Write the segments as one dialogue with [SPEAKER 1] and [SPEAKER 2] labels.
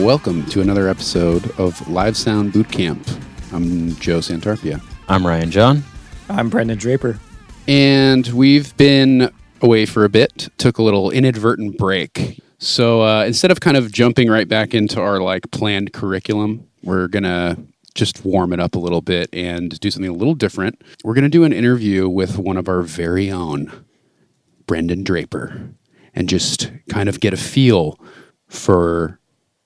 [SPEAKER 1] Welcome to another episode of Live Sound Boot Camp. I'm Joe Santarpia.
[SPEAKER 2] I'm Ryan John.
[SPEAKER 3] I'm Brendan Draper.
[SPEAKER 1] And we've been away for a bit, took a little inadvertent break. So uh, instead of kind of jumping right back into our like planned curriculum, we're going to just warm it up a little bit and do something a little different. We're going to do an interview with one of our very own, Brendan Draper, and just kind of get a feel for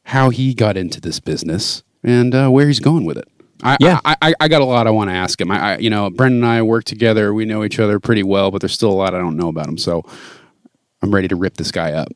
[SPEAKER 1] how he got into this business and uh, where he's going with it. I,
[SPEAKER 2] Yeah.
[SPEAKER 1] I, I, I got a lot I want to ask him. I, I, you know, Brendan and I work together. We know each other pretty well, but there's still a lot I don't know about him. So I'm ready to rip this guy up.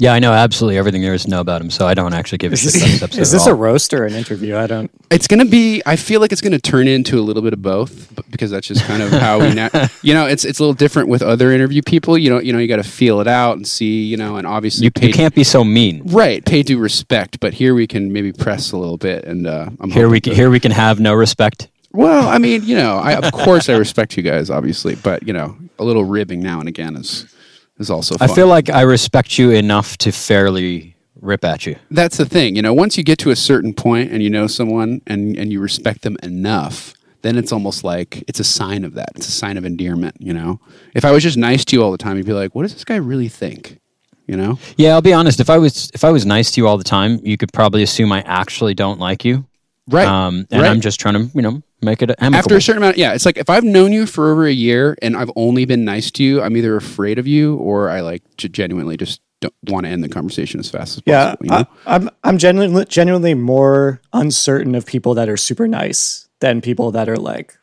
[SPEAKER 2] Yeah, I know absolutely everything there is to know about him, so I don't actually give a shit about this episode.
[SPEAKER 3] Is this
[SPEAKER 2] at
[SPEAKER 3] a
[SPEAKER 2] all.
[SPEAKER 3] roast or an interview? I don't.
[SPEAKER 1] It's gonna be. I feel like it's gonna turn into a little bit of both, b- because that's just kind of how we. Na- you know, it's it's a little different with other interview people. You know, you know, you got to feel it out and see. You know, and obviously
[SPEAKER 2] You,
[SPEAKER 1] pay
[SPEAKER 2] you can't be so mean.
[SPEAKER 1] right pay due respect. But here we can maybe press a little bit, and uh, I'm
[SPEAKER 2] Here
[SPEAKER 1] hoping
[SPEAKER 2] we
[SPEAKER 1] to-
[SPEAKER 2] can, here we can have no respect.
[SPEAKER 1] Well, I mean, you know, I of course I respect you guys, obviously, but you know, a little ribbing now and again is is also. Fun.
[SPEAKER 2] I feel like I respect you enough to fairly rip at you.
[SPEAKER 1] that's the thing. You know, once you get to a certain point and you know someone and and you respect them enough, then it's almost like it's a sign of that. It's a sign of endearment. You know, if I was just nice to you all the time, you'd be like, "What does this guy really think?" You know,
[SPEAKER 2] Yeah, I'll be honest. If I was if I was nice to you all the time, you could probably assume I actually don't like you.
[SPEAKER 1] right?
[SPEAKER 2] Um, and
[SPEAKER 1] right.
[SPEAKER 2] I'm just trying to you know make it
[SPEAKER 1] after
[SPEAKER 2] amicable.
[SPEAKER 1] a certain amount, yeah, it's like if I've known you for over a year and I've only been nice to you, I'm either afraid of you or I like g- genuinely just don't want to end the conversation as fast as
[SPEAKER 3] Yeah, uh,
[SPEAKER 1] possible. you know?
[SPEAKER 3] I, I'm. I'm genuinely, genuinely more uncertain of people that are super nice than people that are like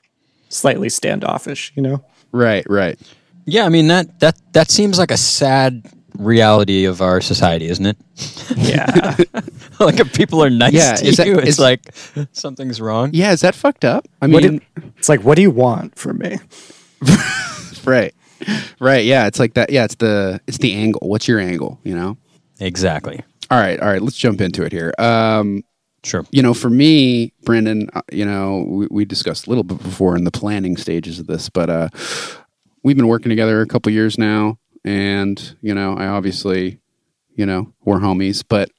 [SPEAKER 3] slightly standoffish. You know.
[SPEAKER 1] Right, right.
[SPEAKER 2] yeah, I mean that that that seems like a sad reality of our society, isn't it?
[SPEAKER 3] Yeah.
[SPEAKER 2] like if people are nice
[SPEAKER 1] Yeah,
[SPEAKER 2] to
[SPEAKER 1] is that-
[SPEAKER 2] you, it's
[SPEAKER 1] is-
[SPEAKER 2] like something's wrong.
[SPEAKER 1] Yeah, is that fucked up? I
[SPEAKER 3] What
[SPEAKER 1] mean,
[SPEAKER 3] do- it's like, what do you want from me?
[SPEAKER 1] right, right. Yeah, it's like that. Yeah, it's the it's the angle. What's your angle? You know.
[SPEAKER 2] Exactly.
[SPEAKER 1] All right, all right. Let's jump into it here. Um,
[SPEAKER 2] Sure.
[SPEAKER 1] you know, for me, Brendan, uh, you know, we, we discussed a little bit before in the planning stages of this, but uh, we've been working together a couple years now, and you know, I obviously, you know, we're homies, but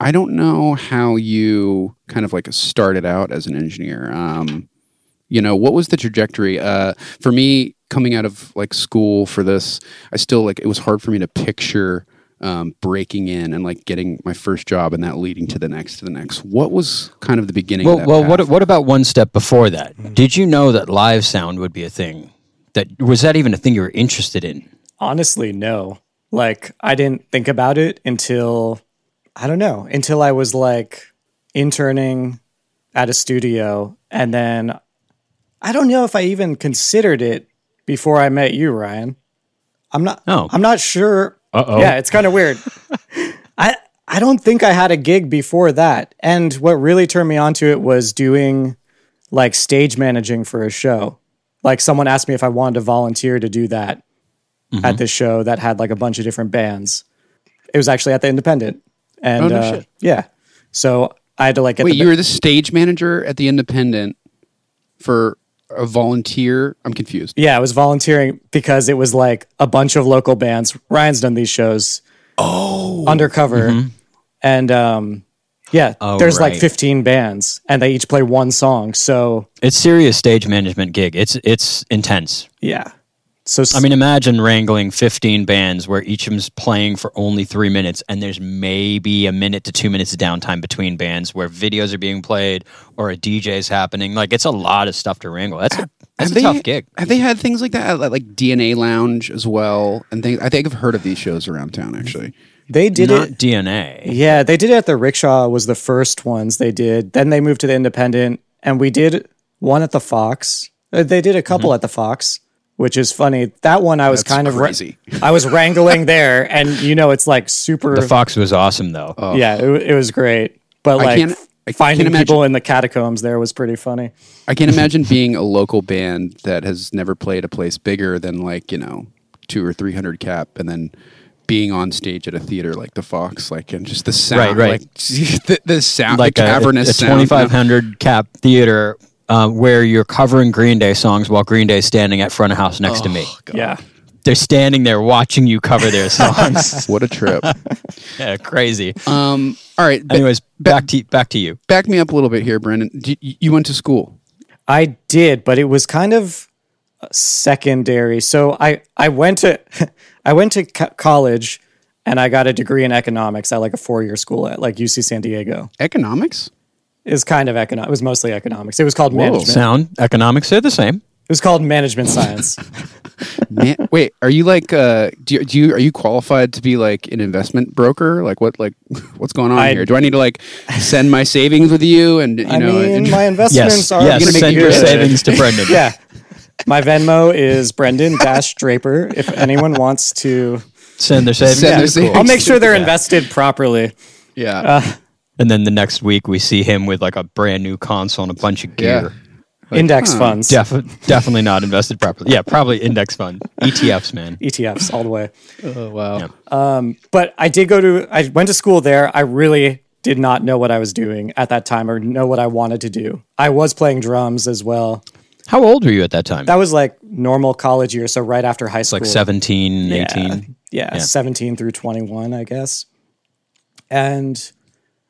[SPEAKER 1] I don't know how you kind of like started out as an engineer. Um, you know, what was the trajectory? Uh, for me, coming out of like school for this, I still like it was hard for me to picture um, breaking in and like getting my first job and that leading to the next to the next. What was kind of the beginning?
[SPEAKER 2] Well,
[SPEAKER 1] of that
[SPEAKER 2] well,
[SPEAKER 1] path?
[SPEAKER 2] what what about one step before that? Did you know that live sound would be a thing? That was that even a thing you were interested in?
[SPEAKER 3] Honestly, no. Like, I didn't think about it until I don't know, until I was like interning at a studio. And then I don't know if I even considered it before I met you, Ryan. I'm not
[SPEAKER 2] Oh.
[SPEAKER 3] I'm not sure. Uh-oh. Yeah, it's kind of weird. I I don't think I had a gig before that. And what really turned me onto it was doing like stage managing for a show. Like someone asked me if I wanted to volunteer to do that at this show that had like a bunch of different bands. It was actually at the Independent, and
[SPEAKER 1] Oh, no
[SPEAKER 3] uh,
[SPEAKER 1] shit.
[SPEAKER 3] yeah, so I had to like get
[SPEAKER 1] Wait,
[SPEAKER 3] the
[SPEAKER 1] you were the stage manager at the Independent for a volunteer? I'm confused.
[SPEAKER 3] yeah, I was volunteering because it was like a bunch of local bands. Ryan's done these shows. Oh, undercover, and um, yeah,
[SPEAKER 2] Mm-hmm. Oh,
[SPEAKER 3] there's like
[SPEAKER 2] right.
[SPEAKER 3] 15 bands, and they each play one song. So
[SPEAKER 2] It's serious stage management gig. It's it's intense.
[SPEAKER 3] yeah, so
[SPEAKER 2] I mean, imagine wrangling fifteen bands where each of them's playing for only three minutes, and there's maybe a minute to two minutes of downtime between bands where videos are being played or a DJ's happening. Like it's a lot of stuff to wrangle. That's a, that's a
[SPEAKER 1] Have they-
[SPEAKER 2] tough gig.
[SPEAKER 1] Have they had things like that at like- like DNA Lounge as well? And things I think I've heard of these shows around town actually.
[SPEAKER 3] they did
[SPEAKER 2] Not
[SPEAKER 3] it.
[SPEAKER 2] DNA.
[SPEAKER 3] Yeah, they did it at the Rickshaw was the first ones they did. Then they moved to the Independent, and we did one at the Fox. Uh, They did a couple
[SPEAKER 2] Mm-hmm.
[SPEAKER 3] at the Fox, which is funny. That one I was
[SPEAKER 1] That's
[SPEAKER 3] kind of ra-
[SPEAKER 1] crazy.
[SPEAKER 3] I was wrangling there, and you know it's like super.
[SPEAKER 2] The Fox was awesome though.
[SPEAKER 3] yeah, it, wa- it was great, but like
[SPEAKER 1] can't- Oh. I
[SPEAKER 3] finding
[SPEAKER 1] can't
[SPEAKER 3] people in the catacombs there was pretty funny.
[SPEAKER 1] I can't imagine being a local band that has never played a place bigger than like you know two or three hundred cap, and then being on stage at a theater like the Fox, like and just the sound,
[SPEAKER 2] Right, right.
[SPEAKER 1] like the, the sound,
[SPEAKER 2] like
[SPEAKER 1] the
[SPEAKER 2] a-
[SPEAKER 1] cavernous
[SPEAKER 2] a,
[SPEAKER 1] sound, you know?
[SPEAKER 2] 2500 cap theater um,
[SPEAKER 1] Oh,
[SPEAKER 2] uh, where you're covering Green Day songs while Green Day's standing at front of house next to me.
[SPEAKER 3] Yeah,
[SPEAKER 2] they're standing there watching you cover their songs.
[SPEAKER 1] what a trip.
[SPEAKER 2] yeah, crazy.
[SPEAKER 1] Um, all right. ba-
[SPEAKER 2] Anyways, back to back to you.
[SPEAKER 1] back me up a little bit here, Brendan. D- y- you went to school.
[SPEAKER 3] I did, but it was kind of secondary. So I I went to I went to co- college and I got a degree in economics at like a four year school at like UC San Diego.
[SPEAKER 1] Economics?
[SPEAKER 3] It was kind of economic. It was mostly economics. It was called management.
[SPEAKER 2] Sound economics are the same.
[SPEAKER 3] It was called management science.
[SPEAKER 1] Man, wait, are you like uh do you, do you are you qualified to be like an investment broker? Like what like what's going on
[SPEAKER 3] I-
[SPEAKER 1] here? Do I need to like send my savings with you and you
[SPEAKER 3] I
[SPEAKER 1] know
[SPEAKER 3] mean,
[SPEAKER 1] and-
[SPEAKER 3] my investments
[SPEAKER 2] Yes,
[SPEAKER 3] are
[SPEAKER 1] gonna
[SPEAKER 2] yes.
[SPEAKER 1] make
[SPEAKER 2] Send
[SPEAKER 1] you
[SPEAKER 2] your
[SPEAKER 1] rich.
[SPEAKER 2] savings to Brendan.
[SPEAKER 3] yeah. My Venmo is Brendan Dash Draper. If anyone wants to,
[SPEAKER 2] Send their savings.
[SPEAKER 1] Send their
[SPEAKER 2] Cool.
[SPEAKER 1] savings.
[SPEAKER 3] I'll make sure they're invested properly.
[SPEAKER 1] yeah.
[SPEAKER 2] Uh, And then the next week we see him with like a brand new console and a bunch of
[SPEAKER 1] Yeah.
[SPEAKER 2] gear.
[SPEAKER 3] Index funds,
[SPEAKER 2] Def- definitely not invested properly. Yeah, probably index fund, ETFs, man.
[SPEAKER 3] ETFs, E all the way.
[SPEAKER 1] oh wow.
[SPEAKER 2] Yeah.
[SPEAKER 3] but I did go to I went to school there. I really did not know what I was doing at that time or know what I wanted to do. I was playing drums as well.
[SPEAKER 2] How old were you at that time?
[SPEAKER 3] That was like normal college year, so right after high school.
[SPEAKER 2] like 17, 18.
[SPEAKER 3] Yeah, 17 through 21, I guess. And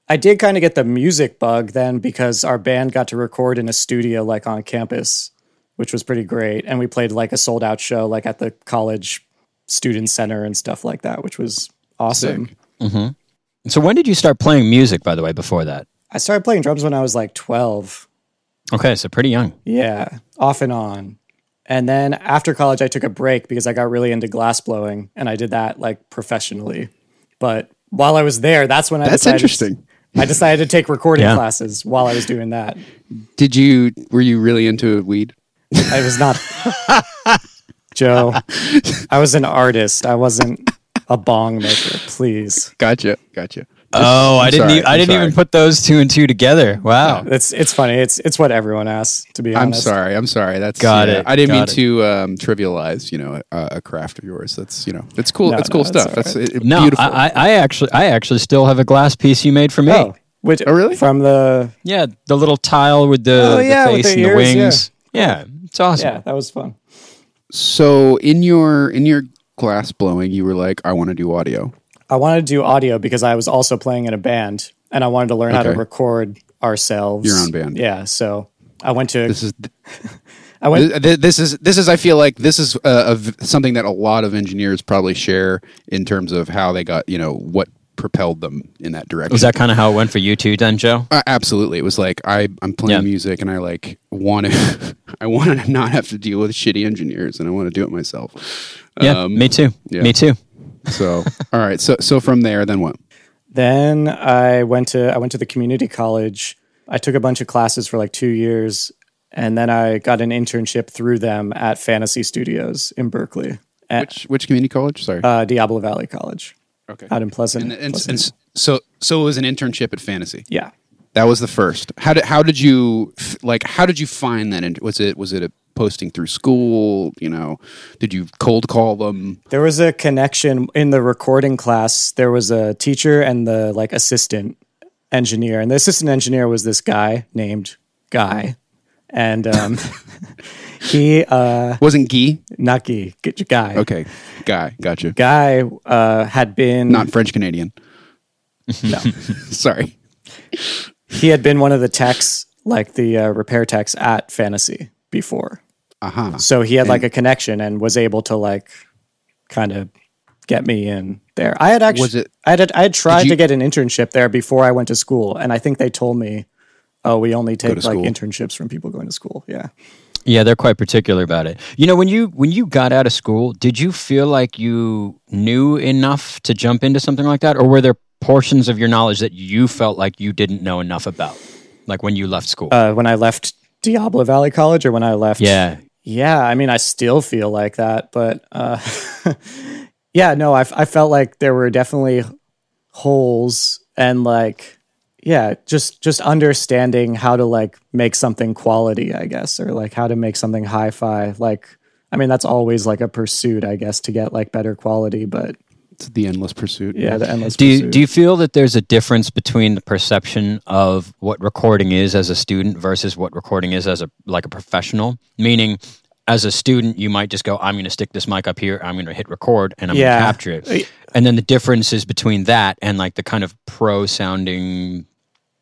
[SPEAKER 3] I did kind of get the music bug then because our band got to record in a studio like on campus, which was pretty great. And we played like a sold out show like at the college student center and stuff like that, which was awesome.
[SPEAKER 2] So when did you start playing music, by the way, before that?
[SPEAKER 3] I started playing drums when I was like 12.
[SPEAKER 2] Okay, so pretty young.
[SPEAKER 3] Yeah, off and on. And then after college, I took a break because I got really into glass blowing and I did that like professionally. But while I was there, that's when I
[SPEAKER 1] That's
[SPEAKER 3] decided,
[SPEAKER 1] interesting.
[SPEAKER 3] I decided to take recording
[SPEAKER 2] Yeah.
[SPEAKER 3] classes while I was doing that.
[SPEAKER 1] Did you were you really into weed?
[SPEAKER 3] I was not Joe. I was an artist. I wasn't a bong maker. Please,
[SPEAKER 1] Gotcha. Gotcha.
[SPEAKER 2] Oh, I didn't.
[SPEAKER 1] sorry,
[SPEAKER 2] e- I
[SPEAKER 1] I'm
[SPEAKER 2] didn't
[SPEAKER 1] sorry.
[SPEAKER 2] even put those two and two together. Wow.
[SPEAKER 3] it's it's funny. It's it's what everyone asks. To be
[SPEAKER 1] I'm
[SPEAKER 3] honest,
[SPEAKER 1] sorry. I'm sorry. That's
[SPEAKER 2] Got
[SPEAKER 1] yeah,
[SPEAKER 2] it,
[SPEAKER 1] I didn't mean
[SPEAKER 2] got it.
[SPEAKER 1] to um, trivialize, you know, a, a craft of yours. That's you know, it's cool.
[SPEAKER 3] No,
[SPEAKER 1] it's
[SPEAKER 3] no,
[SPEAKER 1] cool
[SPEAKER 3] it's
[SPEAKER 1] stuff.
[SPEAKER 3] all
[SPEAKER 1] That's it,
[SPEAKER 2] No,
[SPEAKER 1] beautiful.
[SPEAKER 2] I, I, I actually, I actually still have a glass piece you made for me.
[SPEAKER 3] Oh, which,
[SPEAKER 1] Oh, really?
[SPEAKER 3] From the
[SPEAKER 2] Yeah, the little tile with the,
[SPEAKER 3] Oh,
[SPEAKER 2] the
[SPEAKER 3] yeah, with
[SPEAKER 2] face
[SPEAKER 3] the
[SPEAKER 2] and
[SPEAKER 3] ears,
[SPEAKER 2] the
[SPEAKER 3] yeah.
[SPEAKER 2] wings. Yeah. it's awesome.
[SPEAKER 3] yeah, that was fun.
[SPEAKER 1] so in your in your glass blowing, you were like, I want to do audio.
[SPEAKER 3] I wanted to do audio because I was also playing in a band and I wanted to learn how to
[SPEAKER 1] Okay.
[SPEAKER 3] record ourselves.
[SPEAKER 1] Your own band.
[SPEAKER 3] Yeah. So I went to
[SPEAKER 1] This is
[SPEAKER 3] I went
[SPEAKER 1] Th- th- this is this is I feel like this is uh, of something that a lot of engineers probably share in terms of how they got you know what propelled them in that direction.
[SPEAKER 2] Was that kind of how it went for you too, then, Joe?
[SPEAKER 1] Uh, absolutely, it was like I I'm playing
[SPEAKER 2] Yeah.
[SPEAKER 1] music and I like want to I want to not have to deal with shitty engineers and I want to do it myself.
[SPEAKER 2] Um, Yeah, me too.
[SPEAKER 1] yeah.
[SPEAKER 2] Me too.
[SPEAKER 1] So all right, so so from there, then what?
[SPEAKER 3] then I went to I went to the community college. I took a bunch of classes for like two years and then I got an internship through them at Fantasy Studios in Berkeley at
[SPEAKER 1] Which, which community college? Sorry.
[SPEAKER 3] uh, Diablo Valley College
[SPEAKER 1] okay.
[SPEAKER 3] out in Pleasant.
[SPEAKER 1] And, and,
[SPEAKER 3] Pleasant.
[SPEAKER 1] and s- so so it was an internship at Fantasy.
[SPEAKER 3] yeah.
[SPEAKER 1] That was the first. How did how did you f- like? How did you find that? And was it was it a posting through school? You know, did you cold call them?
[SPEAKER 3] There was a connection in the recording class. There was a teacher and the like assistant engineer, and the assistant engineer was this guy named Guy, and um, he uh,
[SPEAKER 1] Wasn't Guy?
[SPEAKER 3] Nucky get your guy.
[SPEAKER 1] Okay, guy, gotcha.
[SPEAKER 3] Guy uh, had been
[SPEAKER 1] Not French Canadian.
[SPEAKER 3] no,
[SPEAKER 1] Sorry.
[SPEAKER 3] he had been one of the techs, like the uh, repair techs at Fantasy before.
[SPEAKER 1] Uh huh.
[SPEAKER 3] So he had like a connection and was able to like kind of get me in there. I had actually
[SPEAKER 1] Was it-
[SPEAKER 3] I had I had tried
[SPEAKER 1] you-
[SPEAKER 3] to get an internship there before I went to school and I think they told me, "Oh, we only take like
[SPEAKER 1] to school.
[SPEAKER 3] internships from people going to school." Yeah.
[SPEAKER 2] Yeah, they're quite particular about it. You know, when you when you got out of school, did you feel like you knew enough to jump into something like that, or were there portions of your knowledge that you felt like you didn't know enough about, like when you left school?
[SPEAKER 3] Uh, when I left Diablo Valley College or when I left
[SPEAKER 2] yeah,
[SPEAKER 3] Yeah, I mean, I still feel like that, but uh, yeah, no, I, f- I felt like there were definitely holes and like, yeah, just just understanding how to like make something quality, I guess, or like how to make something hi-fi. Like, I mean, that's always like a pursuit, I guess, to get like better quality. But
[SPEAKER 1] It's the endless pursuit.
[SPEAKER 3] yeah, the endless
[SPEAKER 2] Do you,
[SPEAKER 3] pursuit.
[SPEAKER 2] do you feel that there's a difference between the perception of what recording is as a student versus what recording is as a like a professional? Meaning, as a student, you might just go, I'm going to stick this mic up here, I'm going to hit record, and I'm going
[SPEAKER 3] Yeah.
[SPEAKER 2] to capture it. And then the differences between that and like the kind of pro sounding,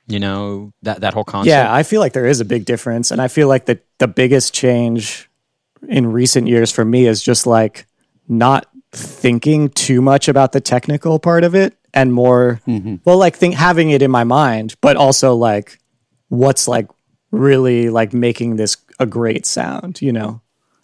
[SPEAKER 2] you know, that, that whole concept.
[SPEAKER 3] Yeah, I feel like there is a big difference. And I feel like the, the biggest change in recent years for me is just like not thinking too much about the technical part of it and more, well, like think having it in my mind, but also like what's like really like making this a great sound, you know?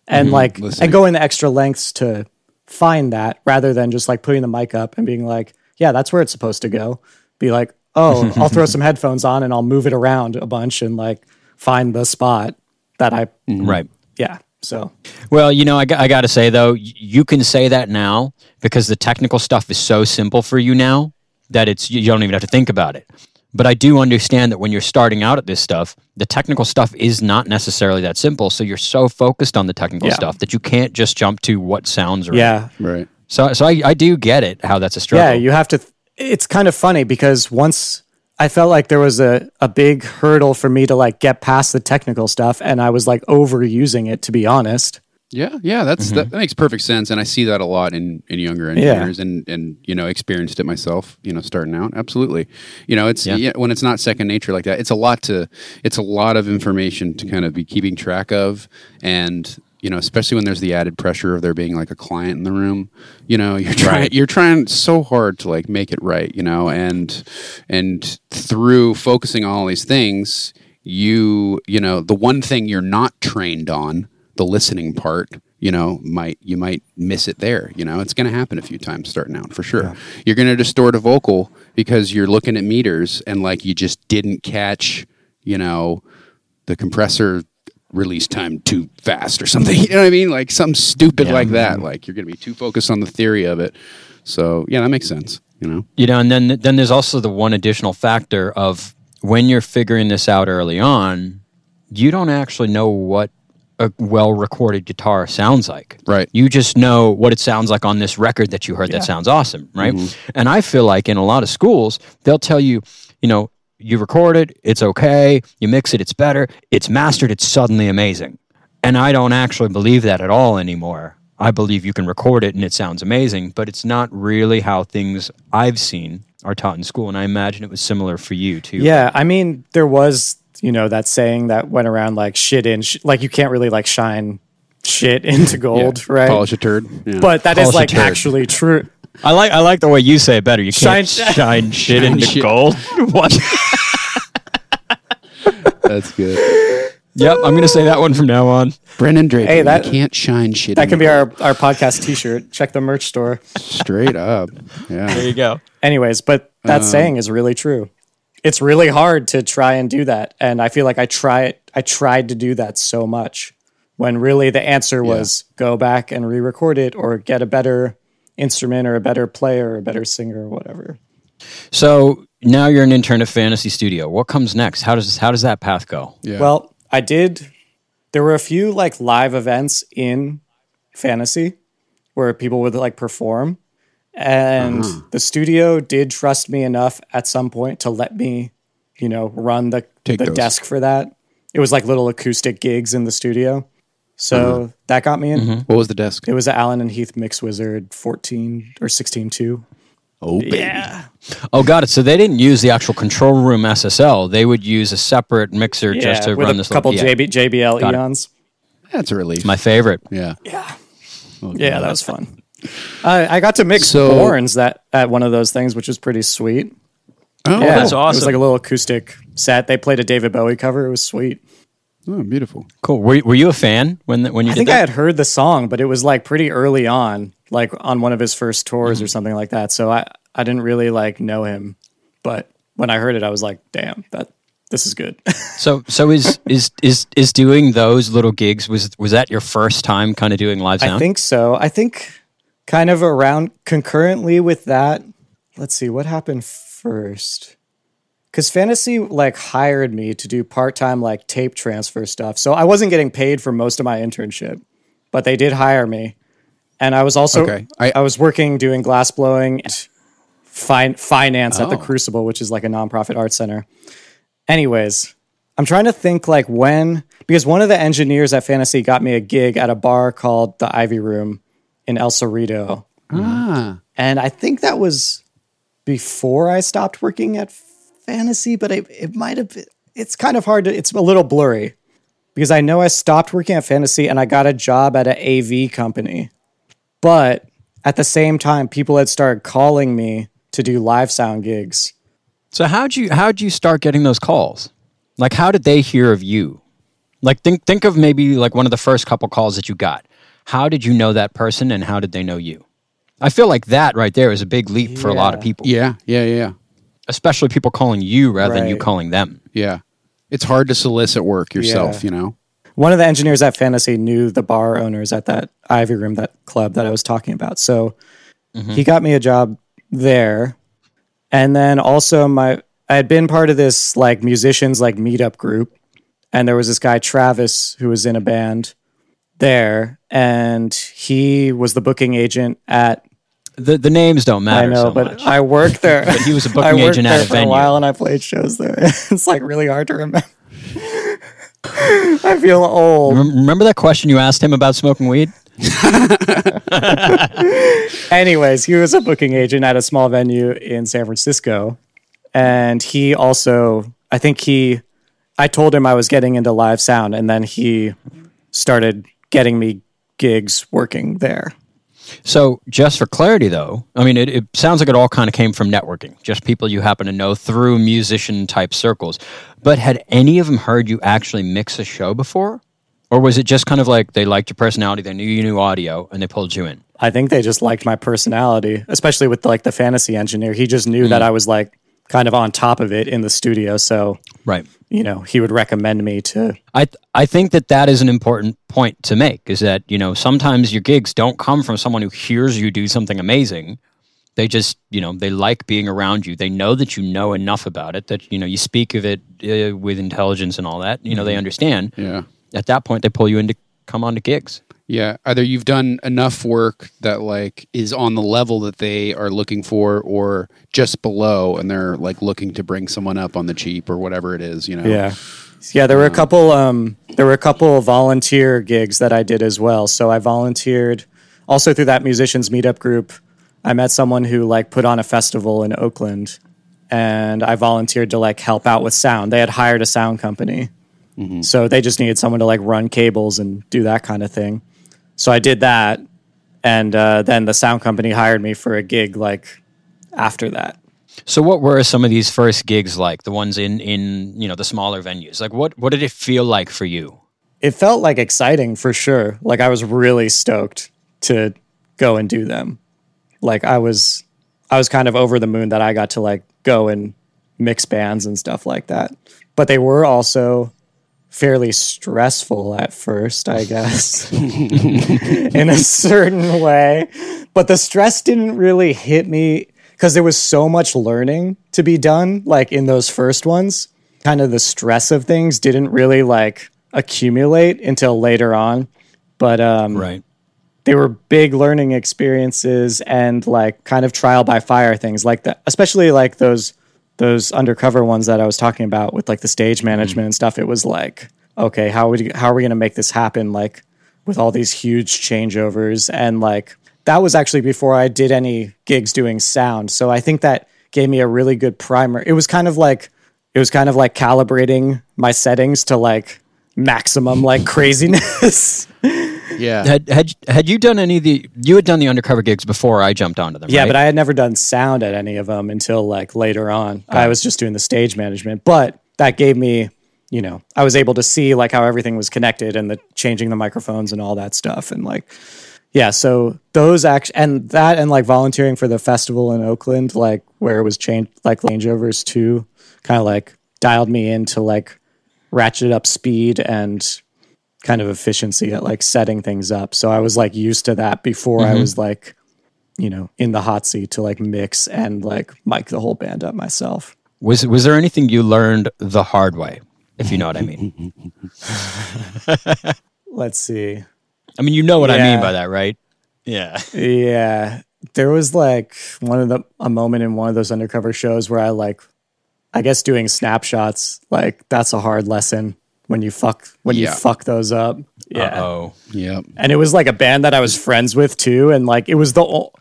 [SPEAKER 3] And like,
[SPEAKER 1] listening.
[SPEAKER 3] and going the extra lengths to find that rather than just like putting the mic up and being like, yeah, that's where it's supposed to go. Be like, oh, I'll throw some headphones on and I'll move it around a bunch and like find the spot that I,
[SPEAKER 2] Right.
[SPEAKER 3] yeah. So
[SPEAKER 2] Well, you know, I, got to say though, y- you can say that now because the technical stuff is so simple for you now that it's you you don't even have to think about it. But I do understand that when you're starting out at this stuff, the technical stuff is not necessarily that simple. So you're so focused on the technical
[SPEAKER 3] Yeah.
[SPEAKER 2] stuff that you can't just jump to what sounds right.
[SPEAKER 3] yeah,
[SPEAKER 1] Right.
[SPEAKER 2] So, so I, I do get it how that's a
[SPEAKER 3] yeah,
[SPEAKER 2] struggle.
[SPEAKER 3] you have to. Th- it's kind of funny because once I felt like there was a, a big hurdle for me to like get past the technical stuff and I was like overusing it to be honest.
[SPEAKER 1] Yeah, yeah, that's that, that makes perfect sense, and I see that a lot in in younger engineers, and and you know, experienced it myself, you know, starting out. Absolutely, you know, it's
[SPEAKER 2] Yeah.
[SPEAKER 1] yeah. when it's not second nature like that, it's a lot to it's a lot of information to kind of be keeping track of, and you know, especially when there's the added pressure of there being like a client in the room, you know, you're trying
[SPEAKER 2] Right.
[SPEAKER 1] you're trying so hard to like make it right, you know, and and through focusing on all these things, you you know the one thing you're not trained on the listening part you know might you might miss it there you know it's going to happen a few times starting out for sure you're going to distort a vocal because you're looking at meters and like you just didn't catch you know the compressor release time too fast or something you know what i mean like something stupid
[SPEAKER 2] Yeah.
[SPEAKER 1] like that like you're going to be too focused on the theory of it so yeah that makes sense you know
[SPEAKER 2] you know and then then there's also the one additional factor of when you're figuring this out early on you don't actually know what a well recorded guitar sounds like
[SPEAKER 1] Right.
[SPEAKER 2] you just know what it sounds like on this record that you heard that sounds awesome right and i feel like in a lot of schools they'll tell you you know you record it it's okay you mix it it's better it's mastered it's suddenly amazing and i don't actually believe that at all anymore I believe you can record it and it sounds amazing, but it's not really how things I've seen are taught in school. And I imagine it was similar for you too.
[SPEAKER 3] Yeah, I mean there was, you know, that saying that went around like shit in sh- like you can't really like shine shit into gold, right?
[SPEAKER 1] polish a turd yeah.
[SPEAKER 3] but that is
[SPEAKER 2] polish a
[SPEAKER 3] like
[SPEAKER 2] turd.
[SPEAKER 3] actually true.
[SPEAKER 2] I like I like the way you say it better. You
[SPEAKER 3] can't Shine-
[SPEAKER 2] shine shit
[SPEAKER 1] into shit.
[SPEAKER 2] gold. what?
[SPEAKER 1] that's good
[SPEAKER 2] yep, I'm gonna say that one from now on.
[SPEAKER 1] brennan draper
[SPEAKER 3] Hey, that-
[SPEAKER 1] you can't shine shit
[SPEAKER 3] That can be our our podcast t-shirt. Check the merch store.
[SPEAKER 1] straight up yeah
[SPEAKER 2] There you go.
[SPEAKER 3] Anyways, but that saying is really true. It's really hard to try and do that, and I feel like I try I tried to do that so much when really the answer was go back and re-record it or get a better instrument or a better player or a better singer or whatever.
[SPEAKER 2] So now you're an intern at Fantasy Studio. What comes next? How does this, how does that path go?
[SPEAKER 1] yeah
[SPEAKER 3] Well, I did. There were a few like live events in fantasy where people would like perform, and
[SPEAKER 2] Uh-huh.
[SPEAKER 3] the studio did trust me enough at some point to let me, you know, run the
[SPEAKER 1] Take
[SPEAKER 3] the
[SPEAKER 1] those.
[SPEAKER 3] desk for that. It was like little acoustic gigs in the studio,
[SPEAKER 2] Uh-huh.
[SPEAKER 3] so that got me in.
[SPEAKER 2] Mm-hmm.
[SPEAKER 1] what was the desk
[SPEAKER 3] It was an Allen and Heath Mix Wizard fourteen or sixteen two.
[SPEAKER 1] oh baby.
[SPEAKER 2] Oh, got it. So they didn't use the actual control room SSL. They would use a separate mixer just to
[SPEAKER 3] with
[SPEAKER 2] run
[SPEAKER 3] a
[SPEAKER 2] this
[SPEAKER 3] couple
[SPEAKER 2] little, yeah.
[SPEAKER 3] JB, JBL
[SPEAKER 2] Got it.
[SPEAKER 3] eons.
[SPEAKER 1] That's a relief.
[SPEAKER 2] My favorite.
[SPEAKER 1] yeah.
[SPEAKER 3] Yeah, that was fun. Uh, I got to mix
[SPEAKER 1] So-
[SPEAKER 3] horns that at one of those things, which was pretty sweet.
[SPEAKER 1] Oh,
[SPEAKER 3] yeah,
[SPEAKER 2] that's
[SPEAKER 3] It was
[SPEAKER 2] awesome.
[SPEAKER 3] like a little acoustic set. They played a David Bowie cover. It was sweet.
[SPEAKER 1] oh, beautiful.
[SPEAKER 2] Cool. Were, were you a fan when the, when you
[SPEAKER 3] I
[SPEAKER 2] did
[SPEAKER 3] think
[SPEAKER 2] that?
[SPEAKER 3] I had heard the song, but it was like pretty early on, like on one of his first tours
[SPEAKER 2] Mm-hmm.
[SPEAKER 3] or something like that. So I I didn't really like know him, but when I heard it, I was like, damn, that this is good.
[SPEAKER 2] So so is is is is doing those little gigs was was that your first time kind of doing live sound?
[SPEAKER 3] I think so. I think kind of around concurrently with that. Let's see what happened first. Cuz Fantasy like hired me to do part-time like tape transfer stuff. So I wasn't getting paid for most of my internship, but they did hire me. And I was also
[SPEAKER 1] Okay.
[SPEAKER 3] I,
[SPEAKER 1] I-
[SPEAKER 3] was working doing glass blowing and fin- finance at the Crucible, which is like a nonprofit art center. Anyways, I'm trying to think like when because one of the engineers at Fantasy got me a gig at a bar called the Ivy Room in El Cerrito.
[SPEAKER 1] Ah,
[SPEAKER 3] And I think that was before I stopped working at Fantasy, but it, it might have been. It's kind of hard to, it's a little blurry because I know I stopped working at Fantasy and I got a job at an AV company. But at the same time, people had started calling me to do live sound gigs.
[SPEAKER 2] So how'd you how'd you start getting those calls? Like how did they hear of you? Like think think of maybe like one of the first couple calls that you got. How did you know that person and how did they know you? I feel like that right there is a big leap for a lot of
[SPEAKER 3] Yeah.
[SPEAKER 2] people.
[SPEAKER 1] yeah, yeah, yeah,
[SPEAKER 2] Especially people calling you rather than you
[SPEAKER 3] Right.
[SPEAKER 2] calling them.
[SPEAKER 1] yeah. It's hard to solicit work yourself,
[SPEAKER 3] Yeah.
[SPEAKER 1] you know.
[SPEAKER 3] one of the engineers at Fantasy knew the bar owners at that Ivy Room, that club that I was talking about. So
[SPEAKER 2] Mm-hmm.
[SPEAKER 3] he got me a job there. And then also my I had been part of this like musicians like meetup group. And there was this guy, Travis, who was in a band there. And he was the booking agent at
[SPEAKER 2] The the names don't
[SPEAKER 3] I
[SPEAKER 2] matter.
[SPEAKER 3] know,
[SPEAKER 2] so
[SPEAKER 3] but
[SPEAKER 2] much.
[SPEAKER 3] I worked there. but
[SPEAKER 2] he was a booking agent at a
[SPEAKER 3] for
[SPEAKER 2] venue.
[SPEAKER 3] a while, and I played shows there. it's like really hard to remember. I feel old.
[SPEAKER 2] Rem- Remember that question you asked him about smoking weed?
[SPEAKER 3] Anyways, he was a booking agent at a small venue in San Francisco. And he also, I think he, I told him I was getting into live sound, and then he started getting me gigs working there.
[SPEAKER 2] So, just for clarity, though, I mean, it, it sounds like it all kind of came from networking, just people you happen to know through musician type circles. But had any of them heard you actually mix a show before? Or was it just kind of like they liked your personality, they knew you knew audio, and they pulled you in?
[SPEAKER 3] I think they just liked my personality, especially with like the fantasy engineer. He just knew that I was like kind of on top of it in the studio. So,
[SPEAKER 2] Right.
[SPEAKER 3] you know, he would recommend me to
[SPEAKER 2] I th- I think that that is an important point to make is that you know sometimes your gigs don't come from someone who hears you do something amazing. They just you know they like being around you. They know that you know enough about it that you know you speak of it uh, with intelligence and all that. You know
[SPEAKER 3] Mm-hmm.
[SPEAKER 2] they understand.
[SPEAKER 1] Yeah,
[SPEAKER 2] At that point, they pull you in to come on to gigs.
[SPEAKER 1] yeah. Either you've done enough work that like is on the level that they are looking for, or just below, and they're like looking to bring someone up on the cheap or whatever it is, you know.
[SPEAKER 3] Yeah. Yeah, there were a couple um there were a couple volunteer gigs that I did as well. So I volunteered also through that musicians meetup group. I met someone who like put on a festival in Oakland and I volunteered to like help out with sound. They had hired a sound company. So they just needed someone to like run cables and do that kind of thing. So I did that and uh, then the sound company hired me for a gig like after that.
[SPEAKER 2] So what were some of these first gigs like? The ones in in you know the smaller venues. Like what what did it feel like for you?
[SPEAKER 3] it felt like exciting for sure. Like I was really stoked to go and do them. Like I was I was kind of over the moon that I got to like go and mix bands and stuff like that. But they were also fairly stressful at first, I guess. in a certain way. But the stress didn't really hit me because there was so much learning to be done, like in those first ones. Kind of the stress of things didn't really like accumulate until later on. But um,
[SPEAKER 2] Right.
[SPEAKER 3] they were big learning experiences and like kind of trial by fire things like that, especially like those those undercover ones that I was talking about with like the stage management and stuff. It was like, okay, how would you, how are we going to make this happen? Like with all these huge changeovers and like that was actually before I did any gigs doing sound. So I think that gave me a really good primer. It was kind of like it was kind of like calibrating my settings to like maximum like craziness.
[SPEAKER 1] yeah.
[SPEAKER 2] Had had had you done any of the you had done the undercover gigs before I jumped onto them?
[SPEAKER 3] Yeah,
[SPEAKER 2] right?
[SPEAKER 3] but I had never done sound at any of them until like later on. I was just doing the stage management, but that gave me, you know, I was able to see like how everything was connected and the changing the microphones and all that stuff and like yeah, so those act and that and like volunteering for the festival in Oakland like where it was changed like changeovers too kind of like dialed me into like ratchet up speed and kind of efficiency at like setting things up. So I was like used to that before I was like, you know, in the hot seat to like mix and like mic the whole band up myself.
[SPEAKER 2] Was was there anything you learned the hard way, if you know what I mean?
[SPEAKER 3] Let's see.
[SPEAKER 2] I mean, you know what I mean
[SPEAKER 3] Yeah.
[SPEAKER 2] by that, right? Yeah.
[SPEAKER 3] Yeah. There was like one of the a moment in one of those undercover shows where I like I guess doing snapshots like that's a hard lesson when you fuck when
[SPEAKER 1] Yeah.
[SPEAKER 3] you fuck those up. Yeah.
[SPEAKER 2] Oh,
[SPEAKER 1] Yep.
[SPEAKER 3] And it was like a band that I was friends with too and like it was the o-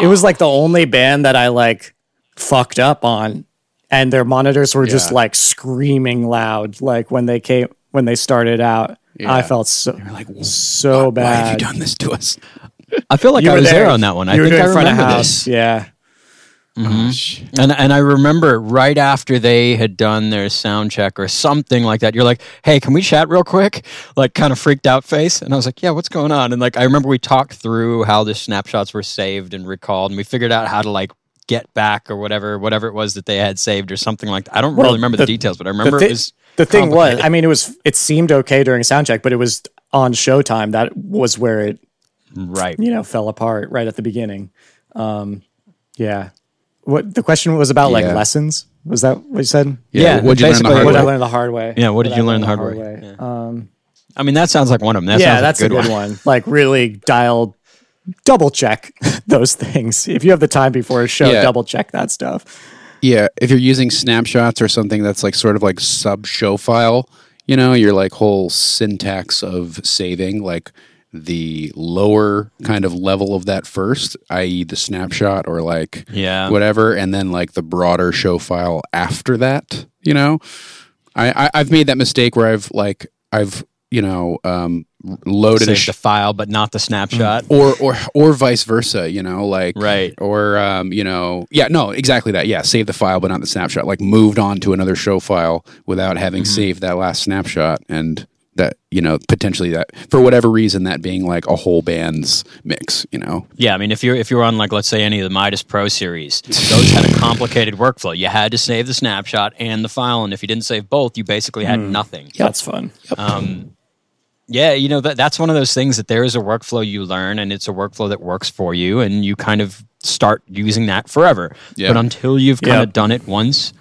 [SPEAKER 3] it was like the only band that I like fucked up on and their monitors were just
[SPEAKER 1] Yeah.
[SPEAKER 3] like screaming loud like when they came when they started out. I
[SPEAKER 1] Yeah.
[SPEAKER 3] felt so
[SPEAKER 1] like,
[SPEAKER 3] like so
[SPEAKER 1] Why have you
[SPEAKER 3] bad.
[SPEAKER 1] done this to us?
[SPEAKER 2] I feel like
[SPEAKER 3] You
[SPEAKER 2] I
[SPEAKER 3] were
[SPEAKER 2] was there. on that one. I
[SPEAKER 3] You were
[SPEAKER 2] think I
[SPEAKER 3] in front
[SPEAKER 2] remember
[SPEAKER 3] of
[SPEAKER 2] this.
[SPEAKER 3] house. Yeah.
[SPEAKER 1] Gosh.
[SPEAKER 2] And and I remember right after they had done their sound check or something like that, you're like, "Hey, can we chat real quick?" Like kind of freaked out face, and I was like, "Yeah, what's going on?" And like I remember we talked through how the snapshots were saved and recalled, and we figured out how to like get back or whatever whatever it was that they had saved or something like that. I don't
[SPEAKER 3] Well,
[SPEAKER 2] really remember the,
[SPEAKER 3] the-
[SPEAKER 2] details, but I remember
[SPEAKER 3] the,
[SPEAKER 2] it
[SPEAKER 3] thi-
[SPEAKER 2] was
[SPEAKER 3] the thing was i mean it was it seemed okay during soundcheck but it was on showtime that was where it
[SPEAKER 2] right.
[SPEAKER 3] you know fell apart right at the beginning um yeah what the question was about like
[SPEAKER 1] Yeah.
[SPEAKER 3] lessons was that what you said
[SPEAKER 2] Yeah,
[SPEAKER 1] What'd you learn the
[SPEAKER 2] basically
[SPEAKER 1] hard
[SPEAKER 3] what
[SPEAKER 1] way?
[SPEAKER 3] i learned the hard way
[SPEAKER 2] Yeah, what did you learn
[SPEAKER 3] I learned
[SPEAKER 2] the hard way? I mean, that sounds like one of them. That
[SPEAKER 3] yeah
[SPEAKER 2] sounds like
[SPEAKER 3] that's a good
[SPEAKER 2] one.
[SPEAKER 3] one like really dial double check those things if you have the time before a show
[SPEAKER 1] Yeah.
[SPEAKER 3] double check that stuff
[SPEAKER 1] Yeah, if you're using snapshots or something that's like sort of like sub show file, you know, your like whole syntax of saving, like the lower kind of level of that first, i.e., the snapshot or like
[SPEAKER 2] Yeah.
[SPEAKER 1] whatever, and then like the broader show file after that, you know. I, I I've made that mistake where I've like I've you know um, loaded a
[SPEAKER 2] Saved
[SPEAKER 1] sh-
[SPEAKER 2] the file, but not the snapshot.
[SPEAKER 3] Mm.
[SPEAKER 1] or or or vice versa you know like
[SPEAKER 2] Right.
[SPEAKER 1] or um you know yeah no exactly that yeah save the file but not the snapshot like moved on to another show file without having
[SPEAKER 2] Mm-hmm.
[SPEAKER 1] saved that last snapshot and that you know potentially that for whatever reason that being like a whole band's mix you know
[SPEAKER 2] Yeah, I mean, if you're if you're on like let's say any of the Midas Pro series, those had a complicated workflow. You had to save the snapshot and the file, and if you didn't save both, you basically had
[SPEAKER 3] Mm.
[SPEAKER 2] nothing.
[SPEAKER 3] that's fun
[SPEAKER 2] Yeah, you know that that's one of those things that there is a workflow you learn, and it's a workflow that works for you, and you kind of start using that forever.
[SPEAKER 1] Yeah.
[SPEAKER 2] But until you've kind
[SPEAKER 3] Yep.
[SPEAKER 2] of done it once,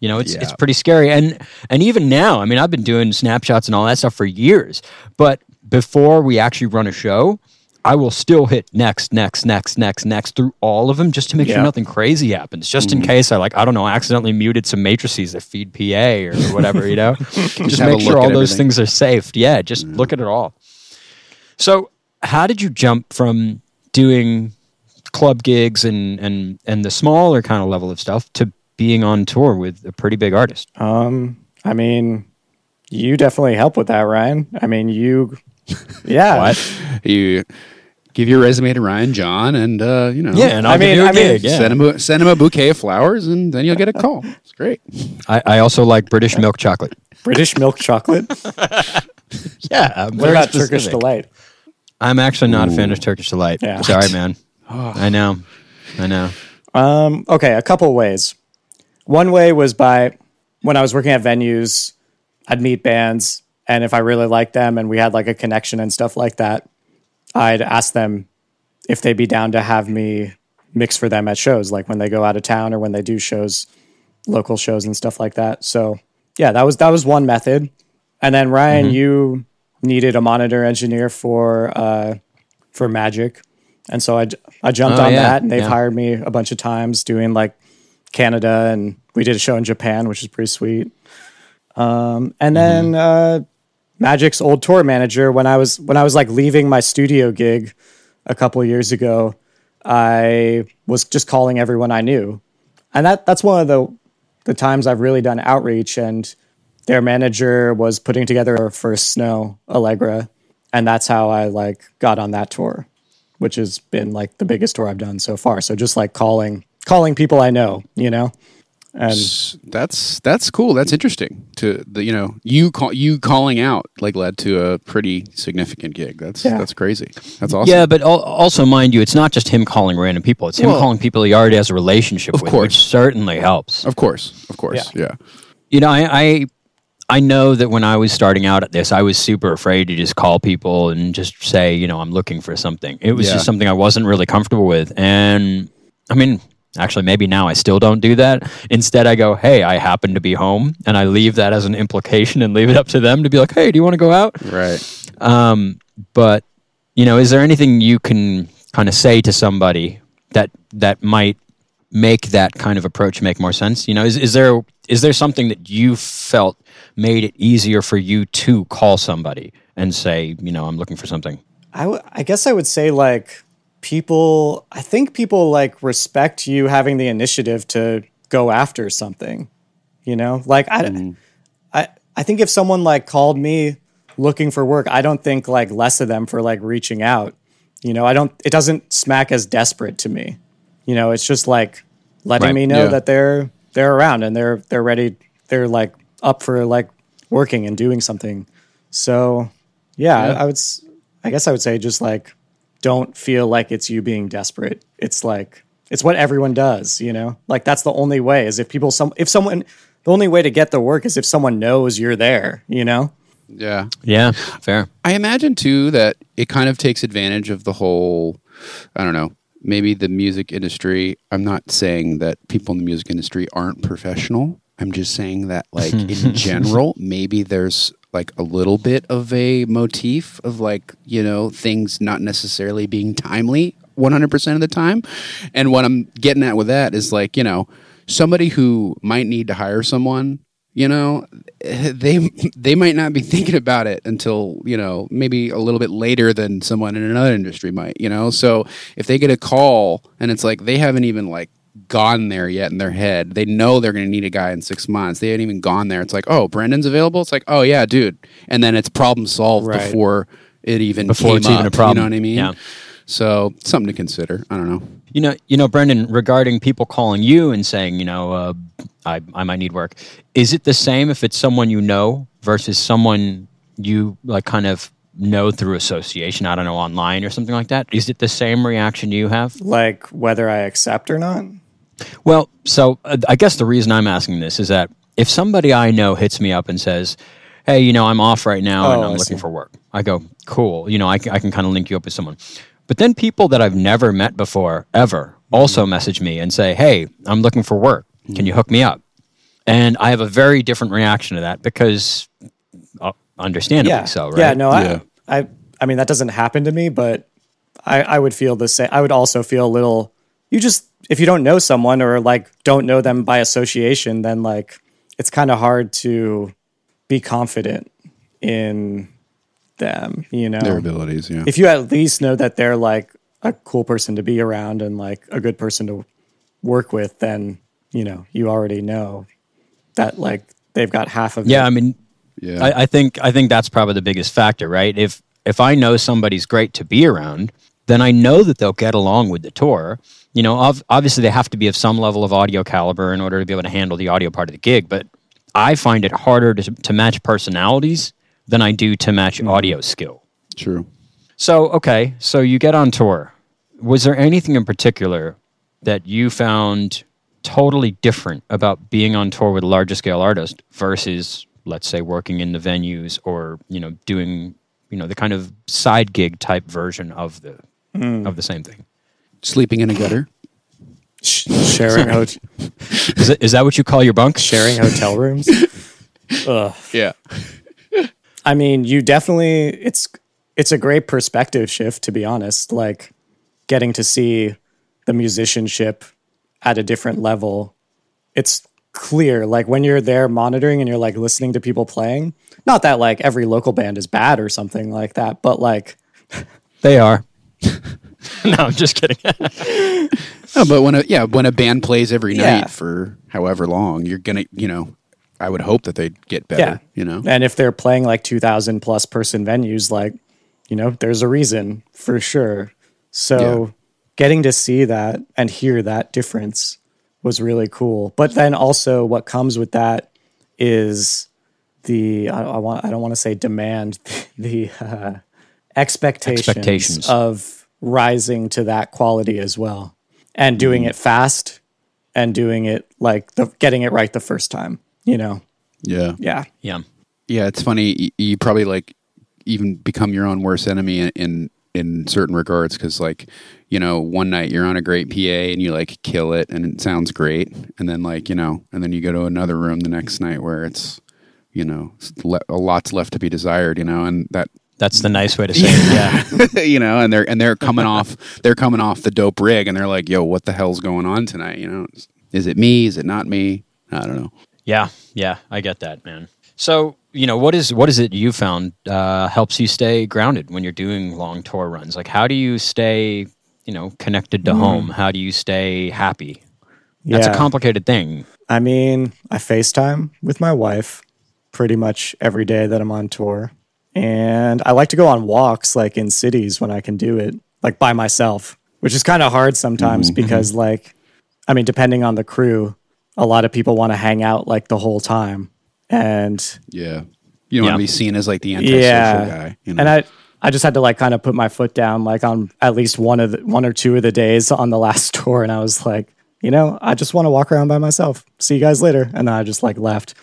[SPEAKER 2] you know it's it's
[SPEAKER 1] Yeah.
[SPEAKER 2] pretty scary. And and even now, I mean, I've been doing snapshots and all that stuff for years, but before we actually run a show. I will still hit next, next, next, next, next through all of them just to make
[SPEAKER 3] Yeah. Mm.
[SPEAKER 2] sure nothing crazy happens. Just in case I like, I don't know, accidentally muted some matrices that feed PA or whatever, you know? just
[SPEAKER 1] have a
[SPEAKER 2] make sure
[SPEAKER 1] look
[SPEAKER 2] all
[SPEAKER 1] at
[SPEAKER 2] those
[SPEAKER 1] everything. Mm.
[SPEAKER 2] things are saved. Yeah, just look at it all. So, how did you jump from doing club gigs and and and the smaller kind of level of stuff to being on tour with a pretty big artist?
[SPEAKER 3] I mean, you definitely help with that, Ryan. I mean, you, yeah.
[SPEAKER 1] you give your resume to ryan john and uh you know
[SPEAKER 2] Yeah, and I'll
[SPEAKER 3] I
[SPEAKER 2] give
[SPEAKER 3] mean-
[SPEAKER 2] you a
[SPEAKER 3] I mean-
[SPEAKER 2] gig. yeah.
[SPEAKER 1] send him a, send him a bouquet of flowers and then you'll get a call it's great
[SPEAKER 2] I, I also like British milk chocolate.
[SPEAKER 3] British milk chocolate.
[SPEAKER 2] Yeah,
[SPEAKER 3] what about Turkish delight?
[SPEAKER 2] I'm actually not a fan of Turkish delight.
[SPEAKER 3] Yeah.
[SPEAKER 2] Sorry, man. I know, I know.
[SPEAKER 3] Okay, a couple ways. One way was by when I was working at venues, I'd meet bands, and if I really liked them and we had like a connection and stuff like that, I'd ask them if they'd be down to have me mix for them at shows, like when they go out of town or when they do shows, local shows and stuff like that. So yeah, that was that was one method. And then Ryan,
[SPEAKER 2] Mm-hmm.
[SPEAKER 3] you needed a monitor engineer for uh, for Magic, and so I j- I jumped
[SPEAKER 2] Oh,
[SPEAKER 3] on
[SPEAKER 2] yeah,
[SPEAKER 3] that, and they've
[SPEAKER 2] yeah.
[SPEAKER 3] hired me a bunch of times doing like Canada, and we did a show in Japan, which is pretty sweet. Um, and then
[SPEAKER 2] Mm-hmm.
[SPEAKER 3] uh, Magic's old tour manager, when I was when I was like leaving my studio gig a couple years ago, I was just calling everyone I knew, and that that's one of the the times I've really done outreach and their manager was putting together her first snow allegra and that's how i like got on that tour which has been like the biggest tour i've done so far so just like calling calling people i know you know
[SPEAKER 1] that's that's cool. That's interesting. To the you know you call you calling out like led to a pretty significant gig. That's
[SPEAKER 3] Yeah.
[SPEAKER 1] that's crazy. That's awesome.
[SPEAKER 2] Yeah, but al- also mind you, it's not just him calling random people. It's him
[SPEAKER 1] Well-
[SPEAKER 2] calling people he already has a relationship with,
[SPEAKER 1] course.
[SPEAKER 2] which certainly helps.
[SPEAKER 1] Of course, of course. Yeah.
[SPEAKER 2] You know, I, I I know that when I was starting out at this, I was super afraid to just call people and just say, you know, I'm looking for something. It was
[SPEAKER 1] Yeah.
[SPEAKER 2] just something I wasn't really comfortable with, and I mean. Actually, maybe now I still don't do that. Instead, I go, "Hey, I happen to be home," and I leave that as an implication and leave it up to them to be like, "Hey, do you want to go out?"
[SPEAKER 1] Right.
[SPEAKER 2] but you know is there anything you can kind of say to somebody that that might make that kind of approach make more sense? You know, is, is there is there something that you felt made it easier for you to call somebody and say, you know, I'm looking for something?
[SPEAKER 3] I, w- I guess I would say like people. I think people like respect you having the initiative to go after something. You know, like I, mm. I, I think if someone like called me looking for work, I don't think like less of them for like reaching out. You know, I don't. It doesn't smack as desperate to me. You know, it's just like letting right. me know yeah. that they're they're around and they're they're ready. They're like up for like working and doing something. So, yeah, yeah. I, I would. I guess I would say just like don't feel like it's you being desperate. It's like it's what everyone does. You know, like that's the only way is if people some if someone the only way to get the work is if someone knows you're there. You know.
[SPEAKER 1] Yeah.
[SPEAKER 2] Yeah. Fair.
[SPEAKER 1] I imagine too that it kind of takes advantage of the whole, I don't know, maybe the music industry. I'm not saying that people in the music industry aren't professional. I'm just saying that, like, in general, maybe there's like a little bit of a motif of like, you know, things not necessarily being timely 100% of the time. And what I'm getting at with that is like, you know, somebody who might need to hire someone you know they they might not be thinking about it until you know maybe a little bit later than someone in another industry might you know so if they get a call and it's like they haven't even like gone there yet in their head they know they're going to need a guy in six months they haven't even gone there it's like oh brendan's available it's like oh yeah dude and then it's problem solved right. before it even before it's up, even a problem you know what i mean yeah. So something to consider. I don't know.
[SPEAKER 2] You know, you know, Brendan, regarding people calling you and saying, you know, uh, I, I might need work. Is it the same if it's someone you know versus someone you like kind of know through association? I don't know, online or something like that. Is it the same reaction you have?
[SPEAKER 3] Like whether I accept or not?
[SPEAKER 2] Well, so uh, I guess the reason I'm asking this is that if somebody I know hits me up and says, Hey, you know, I'm off right now oh, and I'm I looking see. for work. I go, cool. You know, I, I can kind of link you up with someone. But then people that I've never met before, ever, also message me and say, Hey, I'm looking for work. Can you hook me up? And I have a very different reaction to that because, uh, understandably
[SPEAKER 3] yeah.
[SPEAKER 2] so, right?
[SPEAKER 3] Yeah, no, yeah. I, I, I mean, that doesn't happen to me, but I, I would feel the same. I would also feel a little, you just, if you don't know someone or like don't know them by association, then like it's kind of hard to be confident in them, you know,
[SPEAKER 1] their abilities. Yeah.
[SPEAKER 3] If you at least know that they're like a cool person to be around and like a good person to work with, then, you know, you already know that like they've got half of
[SPEAKER 2] Yeah.
[SPEAKER 3] It.
[SPEAKER 2] I mean, yeah. I, I, think, I think that's probably the biggest factor, right? If, if I know somebody's great to be around, then I know that they'll get along with the tour. You know, ov- obviously they have to be of some level of audio caliber in order to be able to handle the audio part of the gig, but I find it harder to, to match personalities than I do to match audio skill.
[SPEAKER 1] True.
[SPEAKER 2] So, okay, so you get on tour. Was there anything in particular that you found totally different about being on tour with a larger scale artist versus, let's say, working in the venues or, you know, doing, you know, the kind of side gig type version of the mm. of the same thing?
[SPEAKER 1] Sleeping in a gutter.
[SPEAKER 3] Sharing hotel.
[SPEAKER 2] is, that, is that what you call your bunk?
[SPEAKER 3] Sharing hotel rooms. Ugh.
[SPEAKER 1] Yeah.
[SPEAKER 3] I mean, you definitely it's it's a great perspective shift to be honest, like getting to see the musicianship at a different level. It's clear like when you're there monitoring and you're like listening to people playing. Not that like every local band is bad or something like that, but like
[SPEAKER 2] they are. no, I'm just kidding.
[SPEAKER 1] no, but when a yeah, when a band plays every yeah. night for however long, you're going to, you know, I would hope that they'd get better, yeah. you know.
[SPEAKER 3] And if they're playing like 2000 plus person venues like, you know, there's a reason for sure. So yeah. getting to see that and hear that difference was really cool. But then also what comes with that is the I, I want I don't want to say demand the uh, expectations, expectations of rising to that quality as well and doing mm. it fast and doing it like the, getting it right the first time you know.
[SPEAKER 1] Yeah.
[SPEAKER 3] Yeah.
[SPEAKER 2] Yeah.
[SPEAKER 1] Yeah. It's funny. You, you probably like even become your own worst enemy in, in, in certain regards. Cause like, you know, one night you're on a great PA and you like kill it and it sounds great. And then like, you know, and then you go to another room the next night where it's, you know, le- a lot's left to be desired, you know, and that
[SPEAKER 2] That's the nice way to say it. Yeah.
[SPEAKER 1] you know, and they're and they're coming off they're coming off the dope rig, and they're like, "Yo, what the hell's going on tonight?" You know, is it me? Is it not me? I don't know.
[SPEAKER 2] Yeah, yeah, I get that, man. So, you know, what is what is it you found uh, helps you stay grounded when you're doing long tour runs? Like, how do you stay, you know, connected
[SPEAKER 1] Hmm.
[SPEAKER 2] to home? How do you stay happy? That's a
[SPEAKER 3] Yeah.
[SPEAKER 2] complicated thing.
[SPEAKER 3] I mean, I FaceTime with my wife pretty much every day that I'm on tour. And I like to go on walks like in cities when I can do it, like by myself, which is kind of hard
[SPEAKER 2] Mm-hmm,
[SPEAKER 3] sometimes because, like, I mean, depending on the crew, a lot of people want to hang out like the whole time. And
[SPEAKER 1] Yeah, you don't
[SPEAKER 2] Yeah.
[SPEAKER 1] want to be seen as like the antisocial guy. You know?
[SPEAKER 3] and I I just had to like kind of put my foot down like on at least one of the, one or two of the days on the last tour, and I was like, you know, I just want to walk around by myself. See you guys later, and then I just like left.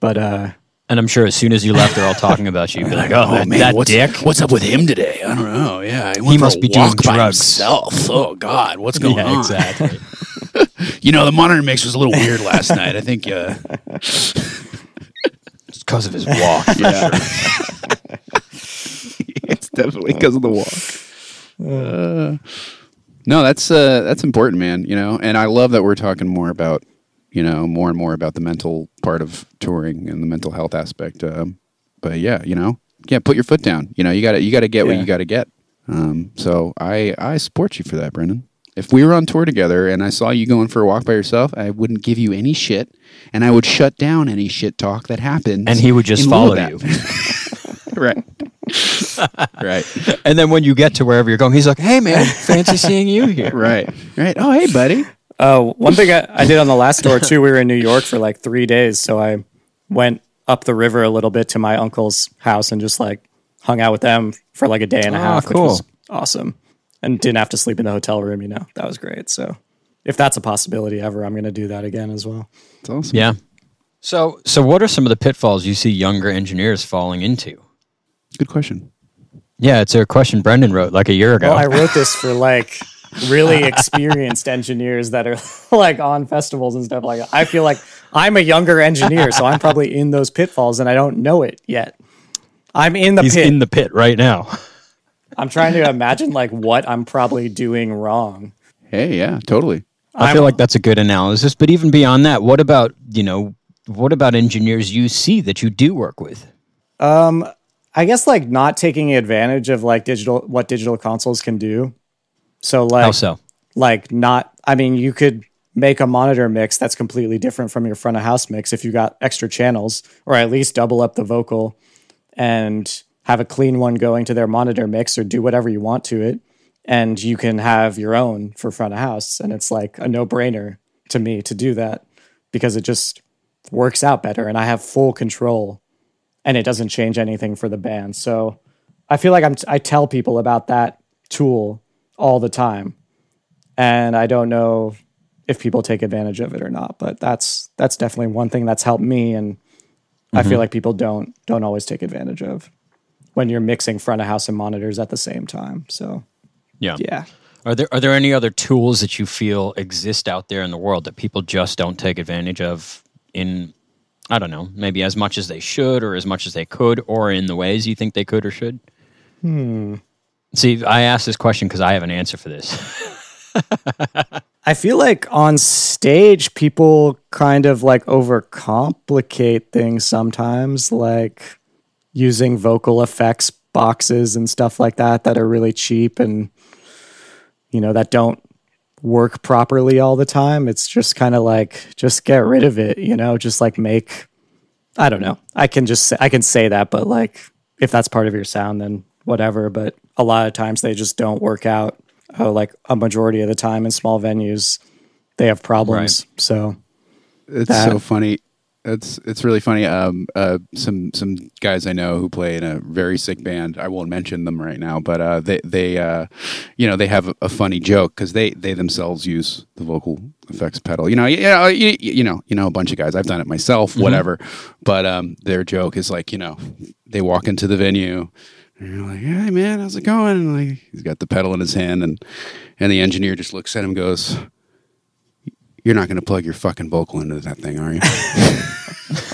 [SPEAKER 3] But uh,
[SPEAKER 2] And I'm sure as soon as you left, they're all talking about you. Be like, oh, that, that
[SPEAKER 1] what's,
[SPEAKER 2] dick.
[SPEAKER 1] What's up with him today? I don't know. Yeah, he, went
[SPEAKER 2] He
[SPEAKER 1] for
[SPEAKER 2] must
[SPEAKER 1] a
[SPEAKER 2] be doing
[SPEAKER 1] walk by
[SPEAKER 2] drugs.
[SPEAKER 1] himself. Oh God, what's going
[SPEAKER 2] Yeah,
[SPEAKER 1] on?
[SPEAKER 2] exactly.
[SPEAKER 1] You know, the monitor mix was a little weird last night. I think. Uh,
[SPEAKER 2] It's because of his walk.
[SPEAKER 1] yeah, it's definitely because of the walk. Uh, no, that's uh, that's important, man. You know, and I love that we're talking more about you know more and more about the mental part of touring and the mental health aspect. Um, but yeah, you know, yeah, put your foot down. You know, you got to you got to get what
[SPEAKER 3] Yeah.
[SPEAKER 1] you got to get. Um, so I I support you for that, Brendan. If we were on tour together and I saw you going for a walk by yourself, I wouldn't give you any shit, and I would shut down any shit talk that happens.
[SPEAKER 2] And he would just
[SPEAKER 1] in lieu of
[SPEAKER 2] follow
[SPEAKER 1] that.
[SPEAKER 2] you.
[SPEAKER 1] right. right.
[SPEAKER 2] and then when you get to wherever you're going, he's like, hey, man, fancy seeing you here.
[SPEAKER 1] Right. Right. Oh, hey, buddy.
[SPEAKER 3] oh, one thing I, I did on the last tour too, we were in New York for like three days, so I went up the river a little bit to my uncle's house and just like hung out with them for like a day and a
[SPEAKER 2] Ah,
[SPEAKER 3] half,
[SPEAKER 2] cool.
[SPEAKER 3] which was awesome, and didn't have to sleep in the hotel room. You know, that was great. So. If that's a possibility ever, I'm going to do that again as well.
[SPEAKER 1] It's awesome.
[SPEAKER 2] Yeah. So, so what are some of the pitfalls you see younger engineers falling into?
[SPEAKER 1] Good question.
[SPEAKER 2] Yeah, it's a question Brendan wrote like a year ago.
[SPEAKER 3] Well, I wrote this for like really experienced engineers that are like on festivals and stuff like that. I feel like I'm a younger engineer, so I'm probably in those pitfalls and I don't know it yet. I'm in the
[SPEAKER 2] He's
[SPEAKER 3] pit.
[SPEAKER 2] in the pit right now.
[SPEAKER 3] I'm trying to imagine like what I'm probably doing wrong.
[SPEAKER 1] Hey, yeah, totally.
[SPEAKER 2] I feel like that's a good analysis. But even beyond that, what about, you know, what about engineers you see that you do work with?
[SPEAKER 3] I guess like not taking advantage of like digital what digital consoles can do. So like
[SPEAKER 2] How so?
[SPEAKER 3] like not i mean you could make a monitor mix that's completely different from your front of house mix if you got extra channels or at least double up the vocal and have a clean one going to their monitor mix or do whatever you want to it and you can have your own for front of house and it's like a no-brainer to me to do that because it just works out better and i have full control and it doesn't change anything for the band so i feel like i'm t- i tell people about that tool all the time and I don't know if people take advantage of it or not. But that's that's definitely one thing that's helped me, and I feel like people don't don't always take advantage of when you're mixing front of house and monitors at the same time. So
[SPEAKER 2] Yeah.
[SPEAKER 3] yeah,
[SPEAKER 2] Are there are there any other tools that you feel exist out there in the world that people just don't take advantage of in I don't know, maybe as much as they should or as much as they could or in the ways you think they could or should? Hmm. See, I asked this question because I have an answer for this.
[SPEAKER 3] I feel like on stage people kind of like overcomplicate things sometimes, like using vocal effects boxes and stuff like that that are really cheap and you know that don't work properly all the time. It's just kind of like just get rid of it, you know, just like make I don't know. I can just say, I can say that, but like if that's part of your sound then whatever, but a lot of times they just don't work out. Oh, like a majority of the time in small venues they have problems. So,
[SPEAKER 1] It's so funny. It's it's really funny. Um, uh, some some guys I know who play in a very sick band. I won't mention them right now, but uh, they they uh, you know they have a, a funny joke because they they themselves use the vocal effects pedal. You know, you, you know, you, you know, you know a bunch of guys. I've done it myself, whatever. But um, their joke is like you know they walk into the venue. And you're like, hey man, how's it going? And like, he's got the pedal in his hand, and and the engineer just looks at him, and goes, you're not going to plug your fucking vocal into that thing, are you?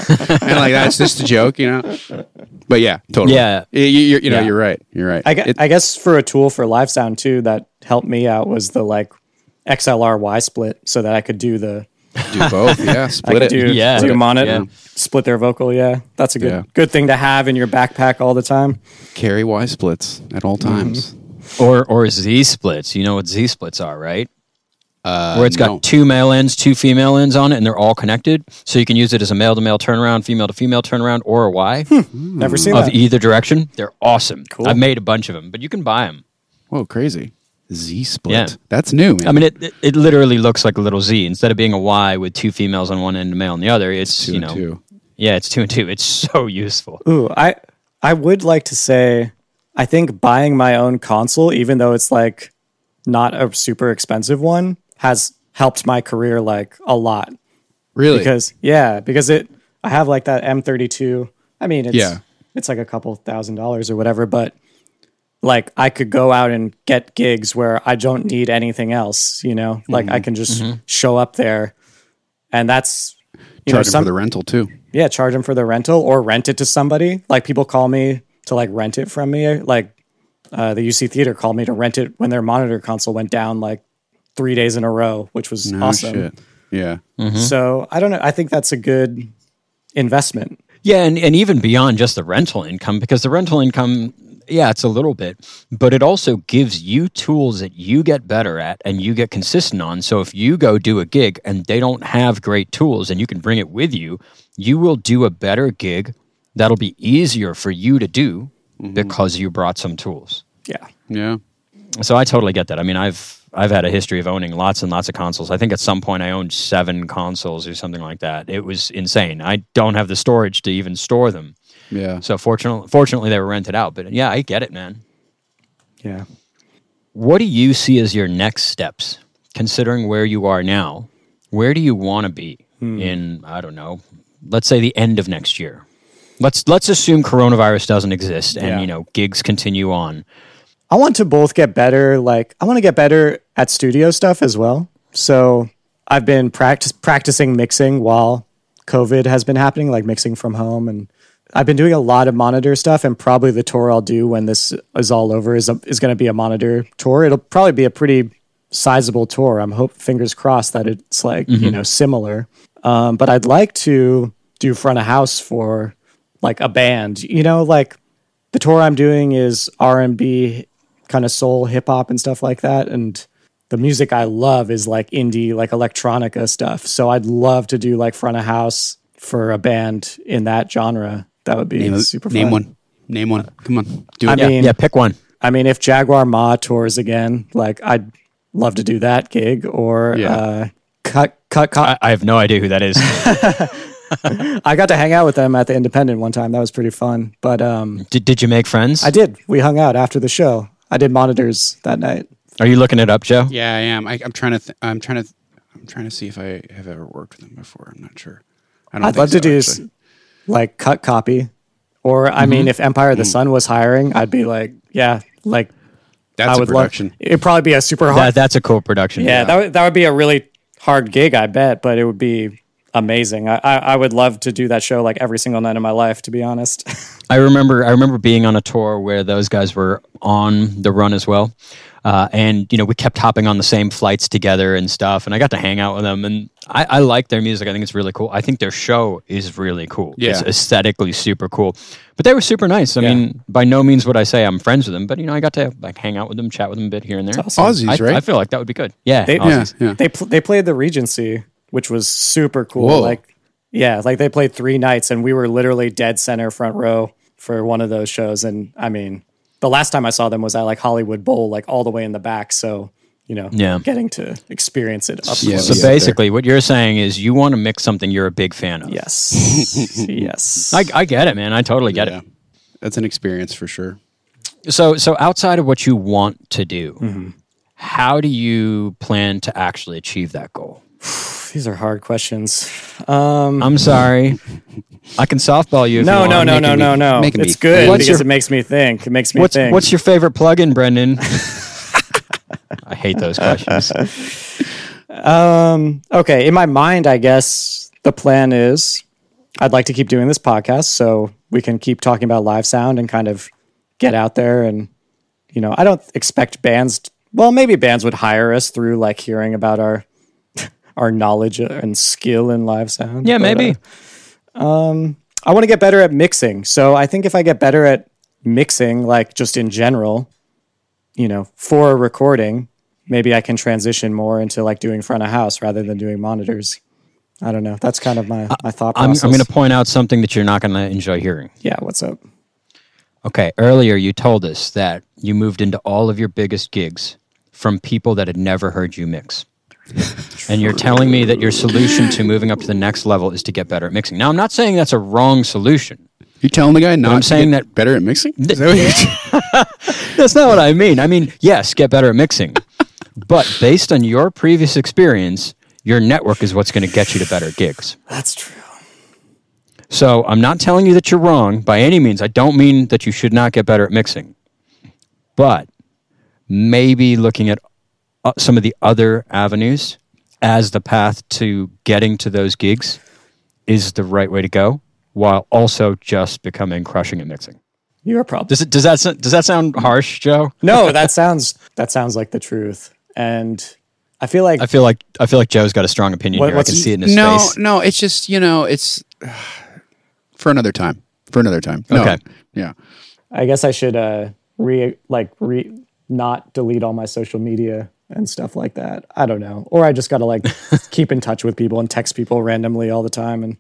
[SPEAKER 1] and like that's just a joke, you know. But yeah, totally.
[SPEAKER 2] Yeah.
[SPEAKER 1] you, you, you know,
[SPEAKER 2] Yeah.
[SPEAKER 1] you're right. You're right.
[SPEAKER 3] I, gue-
[SPEAKER 1] It-
[SPEAKER 3] I guess for a tool for live sound too that helped me out was the like XLR Y split so that I could do the
[SPEAKER 1] do both. Yeah,
[SPEAKER 3] I
[SPEAKER 1] split
[SPEAKER 3] could
[SPEAKER 1] it.
[SPEAKER 3] do
[SPEAKER 2] Yeah.
[SPEAKER 3] do mono
[SPEAKER 2] Yeah.
[SPEAKER 3] split their vocal yeah that's a good
[SPEAKER 1] Yeah.
[SPEAKER 3] good thing to have in your backpack all the time
[SPEAKER 1] Carry Y splits at all
[SPEAKER 3] Mm-hmm.
[SPEAKER 1] times.
[SPEAKER 2] or or Z splits. You know what Z splits are, right?
[SPEAKER 1] Uh,
[SPEAKER 2] Where it's got
[SPEAKER 1] no.
[SPEAKER 2] two male ends, two female ends on it, and they're all connected. So you can use it as a male to male turnaround, female to female turnaround, or a Y
[SPEAKER 1] Hmm.
[SPEAKER 3] never seen
[SPEAKER 2] of
[SPEAKER 1] e-,
[SPEAKER 3] that
[SPEAKER 2] either direction. They're awesome. I've made a bunch of them, but you can buy them.
[SPEAKER 1] Whoa, crazy. Z split.
[SPEAKER 2] Yeah.
[SPEAKER 1] That's new, man.
[SPEAKER 2] I mean, it, it it literally looks like a little Z instead of being a Y with two females on one end, and a male on the other. It's
[SPEAKER 1] two
[SPEAKER 2] you
[SPEAKER 1] and
[SPEAKER 2] know,
[SPEAKER 1] two.
[SPEAKER 2] yeah, it's two and two. It's so useful.
[SPEAKER 3] ooh I I would like to say I think buying my own console even though it's like not a super expensive one has helped my career like a lot
[SPEAKER 1] Really?
[SPEAKER 3] because yeah because it i have like that m32 i mean it's
[SPEAKER 1] Yeah.
[SPEAKER 3] it's like a couple thousand dollars or whatever but like i could go out and get gigs where i don't need anything else you know like
[SPEAKER 1] Mm-hmm.
[SPEAKER 3] i can just show up there and that's you know
[SPEAKER 1] charging
[SPEAKER 3] some
[SPEAKER 1] for the rental too.
[SPEAKER 3] yeah charge them for the rental or rent it to somebody like people call me to like rent it from me like uh, the uc theater called me to rent it when their monitor console went down like three days in a row which was
[SPEAKER 1] No
[SPEAKER 3] awesome
[SPEAKER 1] Oh, shit. Yeah.
[SPEAKER 2] Mm.
[SPEAKER 3] so I don't know. I think that's a good investment.
[SPEAKER 2] Yeah, and, and even beyond just the rental income, because the rental income, yeah, it's a little bit, but it also gives you tools that you get better at and you get consistent on. So if you go do a gig and they don't have great tools and you can bring it with you, you will do a better gig that'll be easier for you to do because you brought some tools.
[SPEAKER 3] Yeah.
[SPEAKER 1] Yeah.
[SPEAKER 2] So I totally get that. I mean, I've I've had a history of owning lots and lots of consoles. I think at some point I owned seven consoles or something like that. It was insane. I don't have the storage to even store them.
[SPEAKER 1] Yeah.
[SPEAKER 2] So fortunately, fortunately, they were rented out. But yeah, I get it, man.
[SPEAKER 3] Yeah.
[SPEAKER 2] What do you see as your next steps, considering where you are now? Where do you want to be
[SPEAKER 3] Hmm.
[SPEAKER 2] in? I don't know. Let's say the end of next year. Let's let's assume coronavirus doesn't exist and
[SPEAKER 3] Yeah.
[SPEAKER 2] you know gigs continue on.
[SPEAKER 3] I want to both get better. Like I want to get better at studio stuff as well. So I've been practice practicing mixing while COVID has been happening, like mixing from home, and I've been doing a lot of monitor stuff. And probably the tour I'll do when this is all over is a, is going to be a monitor tour. It'll probably be a pretty sizable tour. I'm hope fingers crossed that it's like you know similar. Um, but I'd like to do front of house for like a band. You know, like the tour I'm doing is R and B, kind of soul, hip hop, and stuff like that. And the music I love is like indie, like electronica stuff. So I'd love to do like front of house for a band in that genre. That would be
[SPEAKER 1] Name,
[SPEAKER 3] super
[SPEAKER 1] name
[SPEAKER 3] fun.
[SPEAKER 1] one. Name one. Come on. Do it.
[SPEAKER 3] I
[SPEAKER 2] Yeah,
[SPEAKER 3] mean,
[SPEAKER 2] yeah. Pick one.
[SPEAKER 3] I mean, if Jaguar Ma tours again, like I'd love to do that gig or
[SPEAKER 1] Yeah.
[SPEAKER 3] uh, cut cut. cut.
[SPEAKER 2] I, I have no idea who that is.
[SPEAKER 3] I got to hang out with them at the Independent one time. That was pretty fun. But
[SPEAKER 1] Mm.
[SPEAKER 3] um,
[SPEAKER 2] did, did you make friends?
[SPEAKER 3] I did. We hung out after the show. I did monitors that night.
[SPEAKER 2] Are you looking it up, Joe?
[SPEAKER 1] Yeah, I am. I, I'm trying to. Th- I'm trying to. Th- I'm trying to see if I have ever worked with them before. I'm not sure. I don't
[SPEAKER 3] I'd
[SPEAKER 1] think
[SPEAKER 3] love
[SPEAKER 1] so,
[SPEAKER 3] to do s-
[SPEAKER 1] actually. Mm-hmm.
[SPEAKER 3] like cut copy, or I mean, if Empire of the
[SPEAKER 1] Mm.
[SPEAKER 3] Sun was hiring, I'd be like, yeah, like
[SPEAKER 1] That's
[SPEAKER 3] I
[SPEAKER 1] a
[SPEAKER 3] would love.
[SPEAKER 1] production.
[SPEAKER 3] It'd probably be a super hard.
[SPEAKER 2] That, that's a cool production.
[SPEAKER 3] yeah, that would that would be a really hard gig, I bet, but it would be amazing. I, I I would love to do that show like every single night of my life, to be honest.
[SPEAKER 2] I remember I remember being on a tour where those guys were on the run as well. Uh, and you know we kept hopping on the same flights together and stuff, and I got to hang out with them, and I, I like their music. I think it's really cool. I think their show is really cool. it's
[SPEAKER 1] Yeah.
[SPEAKER 2] aesthetically super cool. But they were super nice. I mean, by no means would I say I'm friends with them, but you know I got to like hang out with them, chat with them a bit here and there.
[SPEAKER 1] Aussies,
[SPEAKER 2] I,
[SPEAKER 1] right?
[SPEAKER 2] I feel like that would be good. Yeah,
[SPEAKER 3] They-
[SPEAKER 1] yeah,
[SPEAKER 2] Aussies.
[SPEAKER 1] yeah.
[SPEAKER 3] they pl- they played the Regency, which was super cool.
[SPEAKER 1] Whoa.
[SPEAKER 3] Like, yeah, like they played three nights, and we were literally dead center front row for one of those shows. And I mean, the last time I saw them was at like Hollywood Bowl, like all the way in the back. So you know,
[SPEAKER 2] Yeah.
[SPEAKER 3] getting to experience it up
[SPEAKER 1] Yeah.
[SPEAKER 3] close.
[SPEAKER 2] So
[SPEAKER 1] Yeah.
[SPEAKER 2] basically, what you're saying is you want to mix something you're a big fan of.
[SPEAKER 3] Yes, yes.
[SPEAKER 2] I, I get it, man. I totally get
[SPEAKER 1] Yeah. That's an experience for sure.
[SPEAKER 2] it. So, so outside of what you want to do,
[SPEAKER 3] Mm-hmm.
[SPEAKER 2] how do you plan to actually achieve that goal?
[SPEAKER 3] These are hard questions.
[SPEAKER 2] I'm sorry, I can softball you. If
[SPEAKER 3] No,
[SPEAKER 2] you
[SPEAKER 3] no,
[SPEAKER 2] want.
[SPEAKER 3] no,
[SPEAKER 2] Making
[SPEAKER 3] no,
[SPEAKER 2] me-
[SPEAKER 3] no, no.
[SPEAKER 1] making me
[SPEAKER 3] It's good
[SPEAKER 2] think.
[SPEAKER 3] because
[SPEAKER 2] What's your-
[SPEAKER 3] it makes me think. It makes me
[SPEAKER 2] What's
[SPEAKER 3] think.
[SPEAKER 2] what's your favorite plugin, Brendan? I hate those questions.
[SPEAKER 3] Um, okay, in my mind, I guess the plan is I'd like to keep doing this podcast so we can keep talking about live sound and kind of get out there and you know, I don't expect bands t- well, maybe bands would hire us through like hearing about our our knowledge and skill in live sound.
[SPEAKER 2] Yeah, maybe.
[SPEAKER 3] But, uh, um I want to get better at mixing. So I think if I get better at mixing like just in general, you know, for a recording, maybe I can transition more into like doing front of house rather than doing monitors. I don't know. That's kind of my, my thought
[SPEAKER 2] Uh, I'm,
[SPEAKER 3] process.
[SPEAKER 2] I'm going to point out something that you're not going to enjoy hearing.
[SPEAKER 3] yeah, what's up?
[SPEAKER 2] Okay, earlier you told us that you moved into all of your biggest gigs from people that had never heard you mix. and you're telling me that your solution to moving up to the next level is to get better at mixing. Now, I'm not saying that's a wrong solution.
[SPEAKER 1] You telling the guy not
[SPEAKER 2] I'm
[SPEAKER 1] to
[SPEAKER 2] saying
[SPEAKER 1] get
[SPEAKER 2] that-
[SPEAKER 1] better at mixing? Is that what you're-
[SPEAKER 2] That's not what I mean. I mean, yes, get better at mixing. but based on your previous experience, your network is what's going to get you to better gigs.
[SPEAKER 3] That's true.
[SPEAKER 2] So I'm not telling you that you're wrong by any means. I don't mean that you should not get better at mixing, but maybe looking at uh, some of the other avenues as the path to getting to those gigs is the right way to go, while also just becoming crushing at mixing.
[SPEAKER 3] You're probably
[SPEAKER 2] Does it? Does that? Does that sound harsh, Joe?
[SPEAKER 3] no. That sounds that sounds like the truth, and I feel like
[SPEAKER 2] I feel like I feel like Joe's got a strong opinion
[SPEAKER 3] What-
[SPEAKER 2] here. I
[SPEAKER 3] what's-
[SPEAKER 2] can see it in his
[SPEAKER 1] no,
[SPEAKER 2] face.
[SPEAKER 1] no, it's just, you know, it's for another time. For another time. No.
[SPEAKER 2] Okay.
[SPEAKER 1] Yeah.
[SPEAKER 3] I guess I should uh re like re not delete all my social media and stuff like that. I don't know, or I just gotta like keep in touch with people and text people randomly all the time and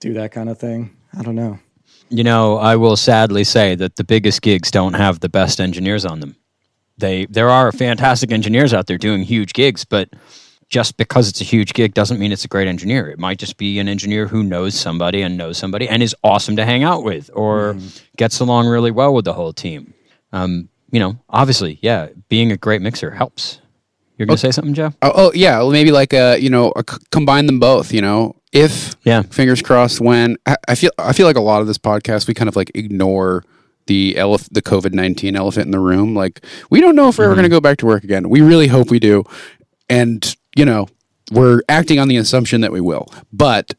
[SPEAKER 3] do that kind of thing. I don't know.
[SPEAKER 2] You know, I will sadly say that the biggest gigs don't have the best engineers on them. They there are fantastic engineers out there doing huge gigs, but just because it's a huge gig doesn't mean it's a great engineer. It might just be an engineer who knows somebody and knows somebody and is awesome to hang out with or gets along really well with the whole team. Um, you know, obviously, yeah, being a great mixer helps. You're gonna say something, Joe?
[SPEAKER 1] Oh, oh yeah, well, maybe like uh, you know, a c- combine them both. You know, if
[SPEAKER 2] Yeah.
[SPEAKER 1] fingers crossed. When I, I feel, I feel like a lot of this podcast, we kind of like ignore the elef- the COVID nineteen elephant in the room. Like we don't know if we're ever going to go back to work again. We really hope we do, and you know, we're acting on the assumption that we will. But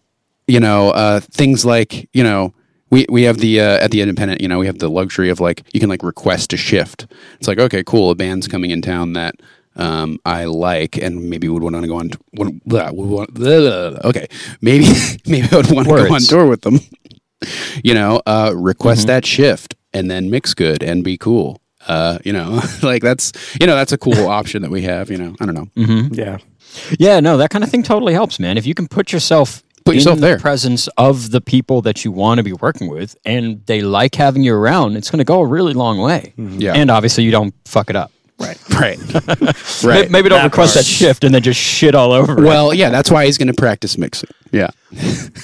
[SPEAKER 1] you know, uh, things like you know. We, we have the uh, at the independent you know we have the luxury of like you can like request a shift it's like okay cool a band's coming in town that um, I like and maybe would want to go on. T- would, blah, would want, blah, blah, blah. Okay, maybe maybe I would want to go on
[SPEAKER 2] Words. Mm-hmm.
[SPEAKER 1] tour with them. You know, uh, request that shift and then mix good and be cool. Uh, you know, like that's you know that's a cool option that we have. You know, I don't know.
[SPEAKER 2] Mm.
[SPEAKER 3] Yeah.
[SPEAKER 2] Yeah, no, that kind of thing totally helps, man. If you can put yourself
[SPEAKER 1] Put yourself
[SPEAKER 2] in
[SPEAKER 1] there.
[SPEAKER 2] the presence of the people that you want to be working with, and they like having you around, it's going to go a really long way.
[SPEAKER 1] Mm-hmm. Yeah.
[SPEAKER 2] and obviously you don't fuck it up.
[SPEAKER 3] Right.
[SPEAKER 1] Right,
[SPEAKER 2] May-
[SPEAKER 1] right.
[SPEAKER 2] Maybe don't request that shift and then just shit all over. it.
[SPEAKER 1] Well, yeah, that's why he's going to practice mixing. Yeah,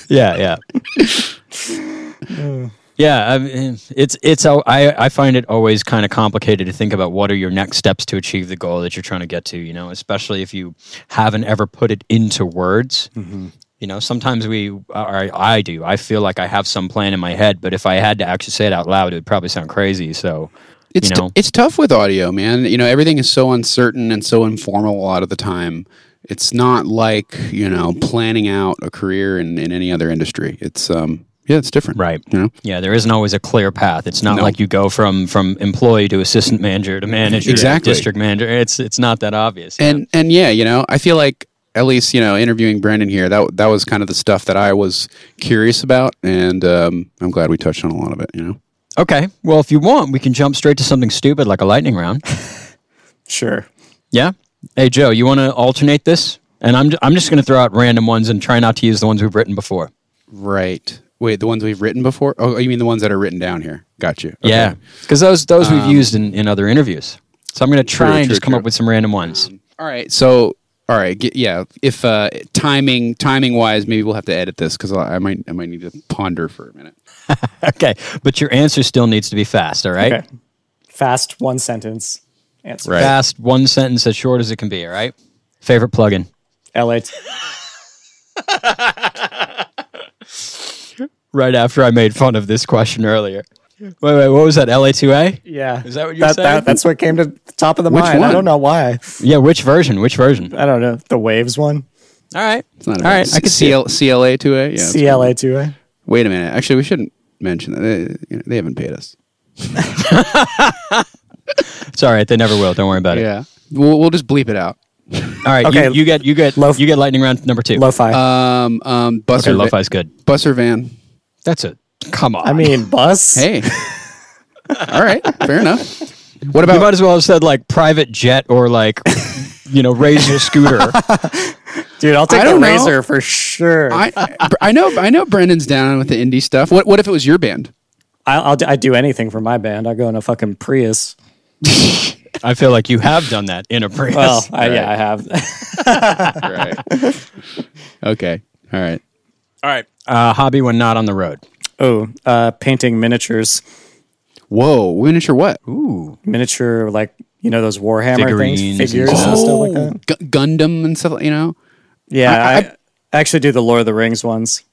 [SPEAKER 2] yeah, yeah. Yeah, I mean, it's it's al- I I find it always kind of complicated to think about what are your next steps to achieve the goal that you're trying to get to. You know, especially if you haven't ever put it into words.
[SPEAKER 1] Mm-hmm.
[SPEAKER 2] You know, sometimes we or I I do. I feel like I have some plan in my head, but if I had to actually say it out loud, it would probably sound crazy. So,
[SPEAKER 1] it's
[SPEAKER 2] you
[SPEAKER 1] t-
[SPEAKER 2] know,
[SPEAKER 1] it's tough with audio, man. You know, everything is so uncertain and so informal a lot of the time. It's not like you know planning out a career in, in any other industry. It's um yeah, it's different,
[SPEAKER 2] Right.
[SPEAKER 1] You know,
[SPEAKER 2] yeah, there isn't always a clear path. It's not
[SPEAKER 1] No.
[SPEAKER 2] like you go from from employee to assistant manager to manager, to
[SPEAKER 1] Exactly.
[SPEAKER 2] district manager. It's it's not that obvious. you know?
[SPEAKER 1] and and yeah, you know, I feel like at least you know interviewing Brandon here that that was kind of the stuff that I was curious about, and um, I'm glad we touched on a lot of it. You know,
[SPEAKER 2] Okay. Well, if you want, we can jump straight to something stupid like a lightning round.
[SPEAKER 3] Sure.
[SPEAKER 2] Yeah. Hey, Joe, you want to alternate this? And I'm, I'm just going to throw out random ones and try not to use the ones we've written before.
[SPEAKER 1] right? Wait, the ones we've written before? Oh, you mean the ones that are written down here? Got you. Okay.
[SPEAKER 2] Yeah. Because those, those we've used in, in other interviews. So I'm going to try
[SPEAKER 1] True,
[SPEAKER 2] and
[SPEAKER 1] true,
[SPEAKER 2] just come
[SPEAKER 1] true.
[SPEAKER 2] up with some random ones.
[SPEAKER 1] All right. So, all right. Get, yeah. If uh, timing timing wise, maybe we'll have to edit this because I, I might I might need to ponder for a minute.
[SPEAKER 2] okay. But your answer still needs to be fast, all right?
[SPEAKER 3] Okay. Fast one sentence answer.
[SPEAKER 1] Right.
[SPEAKER 2] Fast, one sentence, as short as it can be, all right? Favorite plugin?
[SPEAKER 3] LA.
[SPEAKER 2] Right after I made fun of this question earlier. Wait, wait, what was that? LA2A?
[SPEAKER 3] Yeah.
[SPEAKER 2] Is that what you're
[SPEAKER 3] that,
[SPEAKER 2] saying?
[SPEAKER 3] that- that's what came to the top of the
[SPEAKER 1] Which
[SPEAKER 3] mind. I
[SPEAKER 1] one?
[SPEAKER 3] don't know why.
[SPEAKER 2] yeah, which version? Which version? All
[SPEAKER 3] I don't know. The Waves one?
[SPEAKER 2] right.
[SPEAKER 1] It's not
[SPEAKER 2] All right. I can see it.
[SPEAKER 1] CL, CLA to it. Yeah. it's-
[SPEAKER 3] CLA2A?
[SPEAKER 1] Wait a minute. Actually, we shouldn't mention that. They, you know, they haven't paid us.
[SPEAKER 2] It's all right. They never will. Don't worry about it.
[SPEAKER 1] Yeah. We'll, we'll just bleep it out.
[SPEAKER 2] All right.
[SPEAKER 3] Okay.
[SPEAKER 2] You, you get you get
[SPEAKER 3] Lof-
[SPEAKER 2] you get lightning round number two.
[SPEAKER 3] Lo-fi.
[SPEAKER 1] Um, um,
[SPEAKER 2] okay,
[SPEAKER 1] Buster, Va-
[SPEAKER 2] lo-fi's good.
[SPEAKER 1] Buster Van.
[SPEAKER 2] That's it. Come on.
[SPEAKER 3] I mean, bus?
[SPEAKER 1] Hey. All right. Fair enough. What
[SPEAKER 2] you might
[SPEAKER 1] about
[SPEAKER 2] as well have said like private jet or like you know razor scooter.
[SPEAKER 3] Dude, I'll take
[SPEAKER 1] I
[SPEAKER 3] the
[SPEAKER 1] don't know.
[SPEAKER 3] Razor for sure. I,
[SPEAKER 1] I, I know I know Brendan's down with the indie stuff. What what if it was your band?
[SPEAKER 3] I'll, I'd do anything for my band. I go in a fucking Prius.
[SPEAKER 2] I feel like you have done that in a Prius.
[SPEAKER 3] Well, I, yeah, I have.
[SPEAKER 1] Right. okay. All right.
[SPEAKER 2] all right. Uh, hobby when not on the road.
[SPEAKER 3] oh, uh, painting miniatures.
[SPEAKER 1] Whoa, miniature what?
[SPEAKER 2] Ooh.
[SPEAKER 3] Miniature, like, you know, those Warhammer
[SPEAKER 2] Figurines
[SPEAKER 3] things,
[SPEAKER 2] and
[SPEAKER 3] figures and,
[SPEAKER 2] stuff.
[SPEAKER 3] stuff like that.
[SPEAKER 1] Gu- Gundam and stuff, you know?
[SPEAKER 3] Yeah,
[SPEAKER 1] Oh. I-
[SPEAKER 3] I, I actually do the Lord of the Rings ones.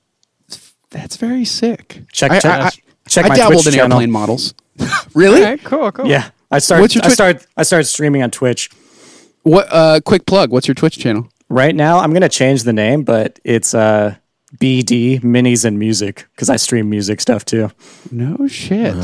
[SPEAKER 1] That's very sick.
[SPEAKER 3] Check,
[SPEAKER 1] I,
[SPEAKER 3] check,
[SPEAKER 1] I, I,
[SPEAKER 3] check
[SPEAKER 1] I
[SPEAKER 3] my
[SPEAKER 1] dabbled
[SPEAKER 3] Twitch
[SPEAKER 1] in
[SPEAKER 3] channel.
[SPEAKER 1] airplane models. really?
[SPEAKER 2] cool, cool.
[SPEAKER 3] Yeah, I start.
[SPEAKER 1] What's your
[SPEAKER 3] I
[SPEAKER 1] Twitch-
[SPEAKER 3] start. I started streaming on Twitch.
[SPEAKER 1] What? Uh, quick plug. What's your Twitch channel?
[SPEAKER 3] Right now, I'm gonna change the name, but it's uh, BD Minis and Music because I stream music stuff too.
[SPEAKER 1] No shit.
[SPEAKER 3] Uh,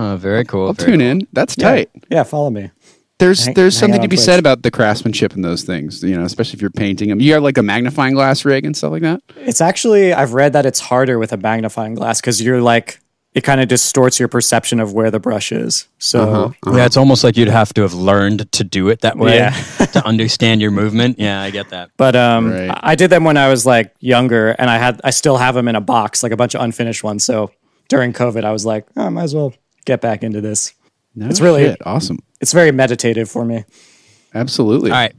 [SPEAKER 2] Ah, very cool.
[SPEAKER 1] I'll
[SPEAKER 2] very
[SPEAKER 1] tune in. That's tight.
[SPEAKER 3] Yeah, follow me.
[SPEAKER 1] There's
[SPEAKER 3] Hang-
[SPEAKER 1] there's
[SPEAKER 3] hang
[SPEAKER 1] something to
[SPEAKER 3] out on
[SPEAKER 1] be
[SPEAKER 3] Twitch.
[SPEAKER 1] said about the craftsmanship in those things. You know, especially if you're painting them. You have like a magnifying glass rig and stuff like that.
[SPEAKER 3] It's actually I've read that it's harder with a magnifying glass because you're like it kind of distorts your perception of where the brush is. So
[SPEAKER 2] cool. Yeah, it's almost like you'd have to have learned to do it that way
[SPEAKER 3] Yeah.
[SPEAKER 2] to understand your movement. Yeah, I get that.
[SPEAKER 3] But um,
[SPEAKER 1] Right.
[SPEAKER 3] I I did them when I was like younger, and I had I still have them in a box, like a bunch of unfinished ones. So during COVID, I was like, oh, I might as well get back into this.
[SPEAKER 1] No
[SPEAKER 3] It's really-
[SPEAKER 1] shit. awesome.
[SPEAKER 3] It's very meditative for me.
[SPEAKER 1] Absolutely.
[SPEAKER 2] All right,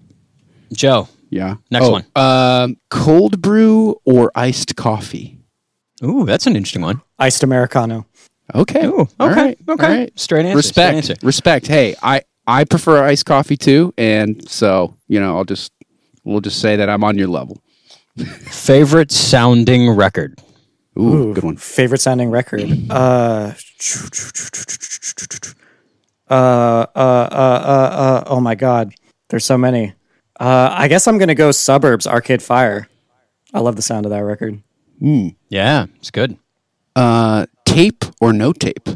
[SPEAKER 2] Joe.
[SPEAKER 1] Yeah.
[SPEAKER 2] Next one.
[SPEAKER 1] Um, cold brew or iced coffee.
[SPEAKER 2] Ooh, that's an interesting one.
[SPEAKER 3] Iced americano.
[SPEAKER 1] Okay.
[SPEAKER 2] Ooh,
[SPEAKER 1] All
[SPEAKER 2] okay,
[SPEAKER 1] right.
[SPEAKER 2] okay.
[SPEAKER 1] All right.
[SPEAKER 2] Straight answer, straight
[SPEAKER 1] Respect.
[SPEAKER 2] answer.
[SPEAKER 1] Respect. Hey, I I prefer iced coffee too, and so you know, I'll just we'll just say that I'm on your level.
[SPEAKER 2] Favorite sounding record.
[SPEAKER 1] Ooh, good one.
[SPEAKER 3] Favorite sounding record.
[SPEAKER 2] Mm-hmm.
[SPEAKER 3] Uh, uh, uh, uh, uh, uh, oh my god, there's so many. Uh, I guess I'm gonna go suburbs. Arcade Fire. I love the sound of that record.
[SPEAKER 2] Yeah, it's good.
[SPEAKER 1] Uh, tape or no tape?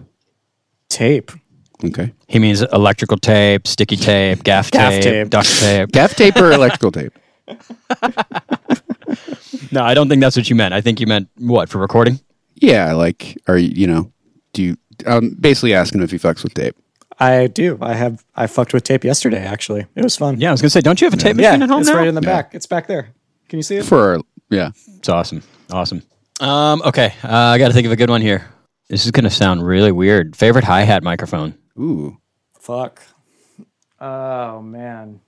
[SPEAKER 3] Tape.
[SPEAKER 1] Okay.
[SPEAKER 2] He means electrical tape, sticky tape, gaff,
[SPEAKER 3] Gaff
[SPEAKER 2] tape,
[SPEAKER 3] tape.
[SPEAKER 2] duct tape.
[SPEAKER 1] Gaff tape or electrical tape?
[SPEAKER 2] No, I don't think that's what you meant. I think you meant what for recording?
[SPEAKER 1] Yeah, like are you you know, do you I'm basically asking if he fucks with tape.
[SPEAKER 3] I do. I have. I fucked with tape yesterday. Actually, it was fun.
[SPEAKER 2] Yeah, I was gonna say, don't you have a tape machine at home
[SPEAKER 3] it's
[SPEAKER 2] now?
[SPEAKER 3] right in the back. It's back there. Can you see it?
[SPEAKER 1] For our, yeah.
[SPEAKER 2] It's awesome. Awesome. Um, okay, uh, I got to think of a good one here. This is going to sound really weird. Favorite hi hat microphone.
[SPEAKER 1] Ooh.
[SPEAKER 3] Fuck. Oh man.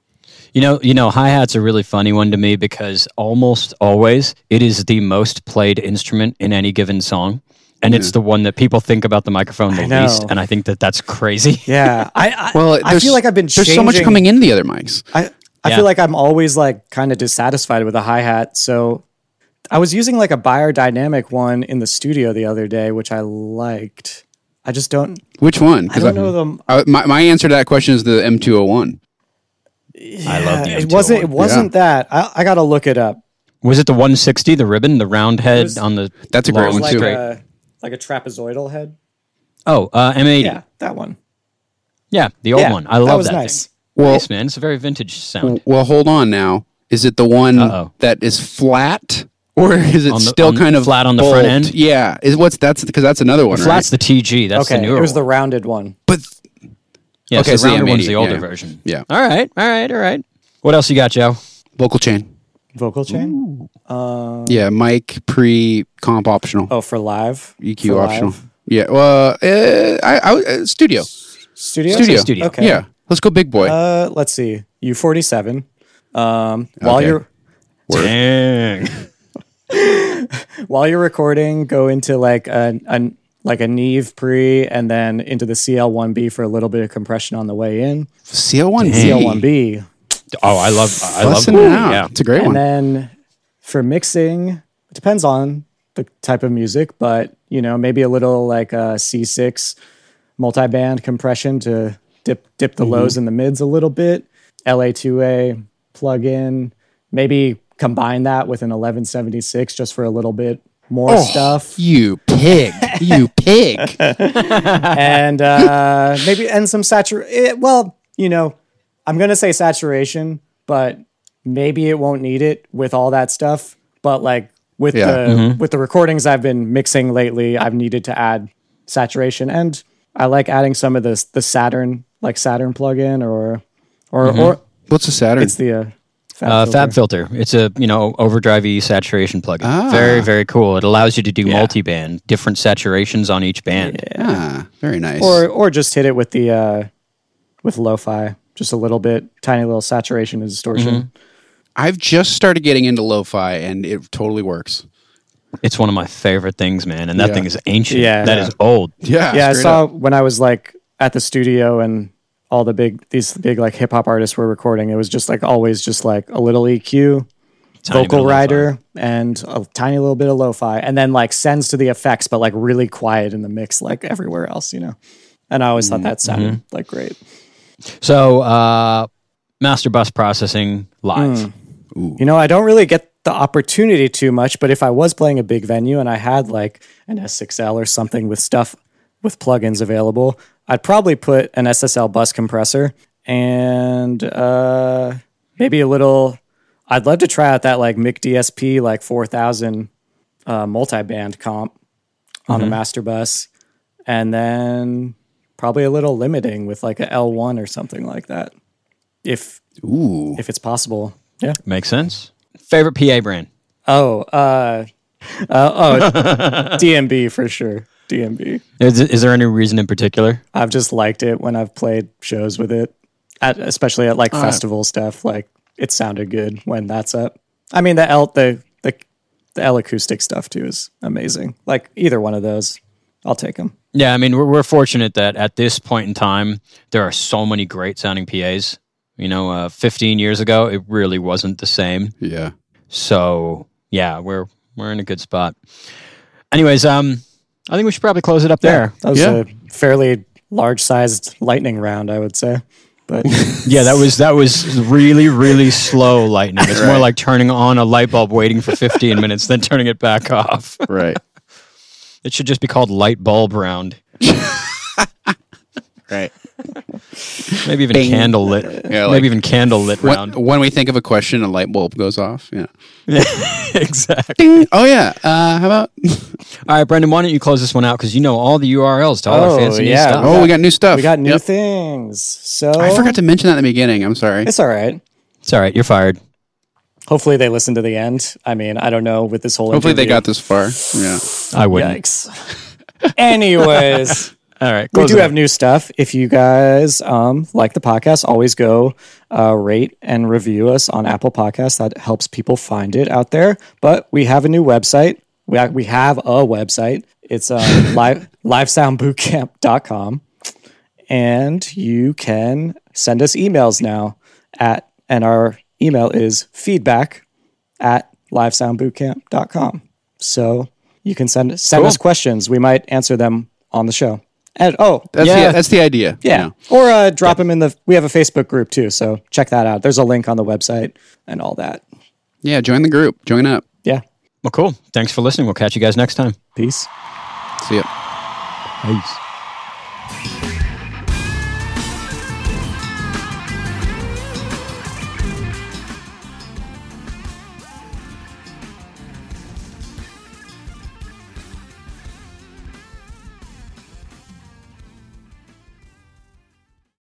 [SPEAKER 2] You know, you know, hi hats a really funny one to me because almost always it is the most played instrument in any given song, and it's the one that people think about the microphone the
[SPEAKER 3] Mm-hmm. know.
[SPEAKER 2] least. And I think that that's crazy.
[SPEAKER 3] Yeah. I. I
[SPEAKER 1] Well,
[SPEAKER 3] I feel
[SPEAKER 1] there's-
[SPEAKER 3] like I've been.
[SPEAKER 1] There's so much
[SPEAKER 3] changing-
[SPEAKER 1] coming into the other mics.
[SPEAKER 3] I. I
[SPEAKER 2] Yeah.
[SPEAKER 3] feel like I'm always like kind of dissatisfied with a hi hat. So, I was using like a biodynamic one in the studio the other day, which I liked. I just don't.
[SPEAKER 1] Which one?
[SPEAKER 3] I
[SPEAKER 1] 'Cause
[SPEAKER 3] don't know them.
[SPEAKER 1] I- my, my answer to that question is the M201.
[SPEAKER 2] I love the.
[SPEAKER 3] Yeah, it
[SPEAKER 2] M201.
[SPEAKER 3] wasn't. It wasn't that. I, I gotta look it up.
[SPEAKER 2] Was it the 160, the ribbon, the round head
[SPEAKER 3] was-
[SPEAKER 2] on the?
[SPEAKER 1] That's a great
[SPEAKER 2] long
[SPEAKER 1] one,
[SPEAKER 3] Like
[SPEAKER 1] too.
[SPEAKER 2] straight?
[SPEAKER 3] a like a trapezoidal head.
[SPEAKER 2] oh, uh, M80.
[SPEAKER 3] Yeah,
[SPEAKER 2] Yeah.
[SPEAKER 3] that one.
[SPEAKER 2] the old
[SPEAKER 3] yeah,
[SPEAKER 2] one. I love that.
[SPEAKER 3] was
[SPEAKER 2] thing.
[SPEAKER 3] nice.
[SPEAKER 1] Well,
[SPEAKER 2] nice man. It's a very vintage sound.
[SPEAKER 1] well, hold on now. Is it the one
[SPEAKER 2] Uh-oh.
[SPEAKER 1] that is flat, or is it
[SPEAKER 2] On the-
[SPEAKER 1] still
[SPEAKER 2] on-
[SPEAKER 1] kind of
[SPEAKER 2] flat on the front
[SPEAKER 1] bold?
[SPEAKER 2] end?
[SPEAKER 1] Yeah, is what's that's because that's another one,
[SPEAKER 2] Flat's
[SPEAKER 1] right?
[SPEAKER 2] the TG. That's
[SPEAKER 3] Okay,
[SPEAKER 2] the newer
[SPEAKER 3] it was
[SPEAKER 2] one.
[SPEAKER 3] the rounded one.
[SPEAKER 1] But
[SPEAKER 2] Yeah,
[SPEAKER 1] Okay,
[SPEAKER 2] so
[SPEAKER 1] it's the
[SPEAKER 2] the rounder
[SPEAKER 1] M80,
[SPEAKER 2] one's the older
[SPEAKER 1] yeah.
[SPEAKER 2] version.
[SPEAKER 1] Yeah.
[SPEAKER 2] All right, all right, all right. What else you got, Joe?
[SPEAKER 1] vocal chain.
[SPEAKER 3] vocal chain.
[SPEAKER 1] Yeah, mic pre comp optional,
[SPEAKER 3] Oh, for live
[SPEAKER 1] EQ
[SPEAKER 3] For
[SPEAKER 1] E optional.
[SPEAKER 3] live?
[SPEAKER 1] Yeah, well, uh, I, I uh, studio,
[SPEAKER 3] studio.
[SPEAKER 1] studio,
[SPEAKER 2] studio.
[SPEAKER 3] Okay.
[SPEAKER 1] Yeah, let's go big boy.
[SPEAKER 3] Uh, let's see. U forty seven. Um, while
[SPEAKER 1] Okay.
[SPEAKER 3] you're
[SPEAKER 2] Dang.
[SPEAKER 3] while you're recording, go into like a, a like a Neve pre, and then into the CL one B for a little bit of compression on the way in.
[SPEAKER 1] CL1,
[SPEAKER 3] CL one B,
[SPEAKER 2] Oh, I love, I love
[SPEAKER 1] Bussin'
[SPEAKER 2] that.
[SPEAKER 1] it out.
[SPEAKER 2] Yeah.
[SPEAKER 1] It's a great
[SPEAKER 3] and
[SPEAKER 1] one.
[SPEAKER 3] then for mixing, it depends on the type of music, but you know, maybe a little like a C6 multiband compression to dip dip the lows and the mids a little bit. LA2A plug in, maybe combine that with an 1176 just for a little bit more stuff
[SPEAKER 1] You pig. You pig.
[SPEAKER 3] and uh, maybe and some saturation. Well, you know, I'm gonna say saturation, but maybe it won't need it with all that stuff. But like with
[SPEAKER 1] Yeah.
[SPEAKER 3] the
[SPEAKER 2] Mm-hmm.
[SPEAKER 3] with the recordings I've been mixing lately, I've needed to add saturation, and I like adding some of this the Saturn like Saturn plugn or or or
[SPEAKER 1] What's a Saturn?
[SPEAKER 3] it's the uh, Fab
[SPEAKER 2] Mm-hmm. Uh,
[SPEAKER 3] Filter.
[SPEAKER 2] Fab filter. It's a you know overdrive saturation plugin.
[SPEAKER 1] Ah.
[SPEAKER 2] Very very cool. It allows you to do multi-band, different saturations on each band.
[SPEAKER 1] ah, very nice.
[SPEAKER 3] or or just hit it with the uh, with lo-fi, just a little bit, tiny little saturation and distortion.
[SPEAKER 2] Mm-hmm.
[SPEAKER 1] I've just started getting into lo-fi and it totally works.
[SPEAKER 2] It's one of my favorite things, man. And that
[SPEAKER 1] Yeah.
[SPEAKER 2] thing is ancient.
[SPEAKER 3] Yeah.
[SPEAKER 2] that is
[SPEAKER 3] Yeah.
[SPEAKER 2] old.
[SPEAKER 1] Yeah.
[SPEAKER 3] yeah, I
[SPEAKER 1] straight
[SPEAKER 3] saw
[SPEAKER 1] up.
[SPEAKER 3] when I was like at the studio and all the big these big like hip hop artists were recording. It was just like always just like a little EQ,
[SPEAKER 2] Tiny
[SPEAKER 3] vocal
[SPEAKER 2] little
[SPEAKER 3] rider, and a tiny little bit of lo-fi, and then like sends to the effects, but like really quiet in the mix, like everywhere else, you know. And I always thought
[SPEAKER 1] Mm-hmm.
[SPEAKER 3] that sounded like great.
[SPEAKER 2] So uh, master bus processing live.
[SPEAKER 3] Hmm. You know, I don't really get the opportunity too much, but if I was playing a big venue and I had like an S6L or something with stuff with plugins available, I'd probably put an SSL bus compressor and uh, maybe a little. I'd love to try out that like MIC DSP like 4000 uh, multi-band comp on the master bus, and then probably a little limiting with like a L1 or something like that, if
[SPEAKER 1] Ooh.
[SPEAKER 3] if it's possible. Yeah.
[SPEAKER 2] Makes sense. Favorite PA brand.
[SPEAKER 3] Oh, uh, uh oh, DMB for sure. DMB.
[SPEAKER 2] Is, is there any reason in particular?
[SPEAKER 3] I've just liked it when I've played shows with it, at, especially at like
[SPEAKER 1] Uh.
[SPEAKER 3] festival stuff. Like it sounded good when that's up. I mean the L the the the L acoustic stuff too is amazing. Like either one of those, I'll take them.
[SPEAKER 2] Yeah, I mean, we're, we're fortunate that at this point in time, there are so many great sounding PAs. You know, uh, 15 years ago, it really wasn't the same.
[SPEAKER 1] Yeah.
[SPEAKER 2] So yeah, we're we're in a good spot. Anyways, um, I think we should probably close it up there.
[SPEAKER 3] That was
[SPEAKER 1] Yeah.
[SPEAKER 3] a fairly large sized lightning round, I would say. But
[SPEAKER 2] Yeah, that was that was really really slow lightning. It's more like turning on a light bulb, waiting for 15 minutes, then turning it back off.
[SPEAKER 1] Right.
[SPEAKER 2] It should just be called light bulb round.
[SPEAKER 1] right.
[SPEAKER 2] Maybe even candle lit.
[SPEAKER 1] Yeah, like-
[SPEAKER 2] Maybe even candle lit
[SPEAKER 1] When,
[SPEAKER 2] round.
[SPEAKER 1] when we think of a question, a light bulb goes off. Yeah.
[SPEAKER 2] exactly.
[SPEAKER 1] Ding. Oh yeah. Uh, how about?
[SPEAKER 2] All right, Brendan, why don't you close this one out because you know all the URLs to all
[SPEAKER 3] Oh,
[SPEAKER 2] our fancy new
[SPEAKER 3] yeah.
[SPEAKER 2] stuff.
[SPEAKER 1] Oh, we got new stuff.
[SPEAKER 3] we got new
[SPEAKER 1] Yep.
[SPEAKER 3] things. So
[SPEAKER 1] I forgot to mention that in the beginning. I'm sorry.
[SPEAKER 3] it's all right.
[SPEAKER 2] It's all right. You're fired.
[SPEAKER 3] Hopefully they listen to the end. I mean, I don't know with this whole
[SPEAKER 1] Hopefully they
[SPEAKER 3] interview.
[SPEAKER 1] got this far. Yeah.
[SPEAKER 2] I wouldn't.
[SPEAKER 3] Yikes. Anyways,
[SPEAKER 2] All right.
[SPEAKER 3] we
[SPEAKER 2] close
[SPEAKER 3] do
[SPEAKER 2] it
[SPEAKER 3] have new stuff. If you guys um, like the podcast, always go uh, rate and review us on Apple Podcasts. That helps people find it out there. But we have a new website. We, ha- we have a website. It's uh, live, livesoundbootcamp.com. And you can send us emails now at, and our email is feedback at livesoundbootcamp.com. So you can send send us questions. We might answer them on the show. And oh,
[SPEAKER 1] That's
[SPEAKER 2] Yeah.
[SPEAKER 1] the that's the idea.
[SPEAKER 3] yeah. Or uh, drop them in the we have a Facebook group too, so check that out. There's a link on the website and all that.
[SPEAKER 1] Yeah. Join the group. Join up.
[SPEAKER 3] Yeah.
[SPEAKER 2] Well, cool. Thanks for listening. We'll catch you guys next time.
[SPEAKER 3] Peace.
[SPEAKER 1] See ya.
[SPEAKER 2] Peace.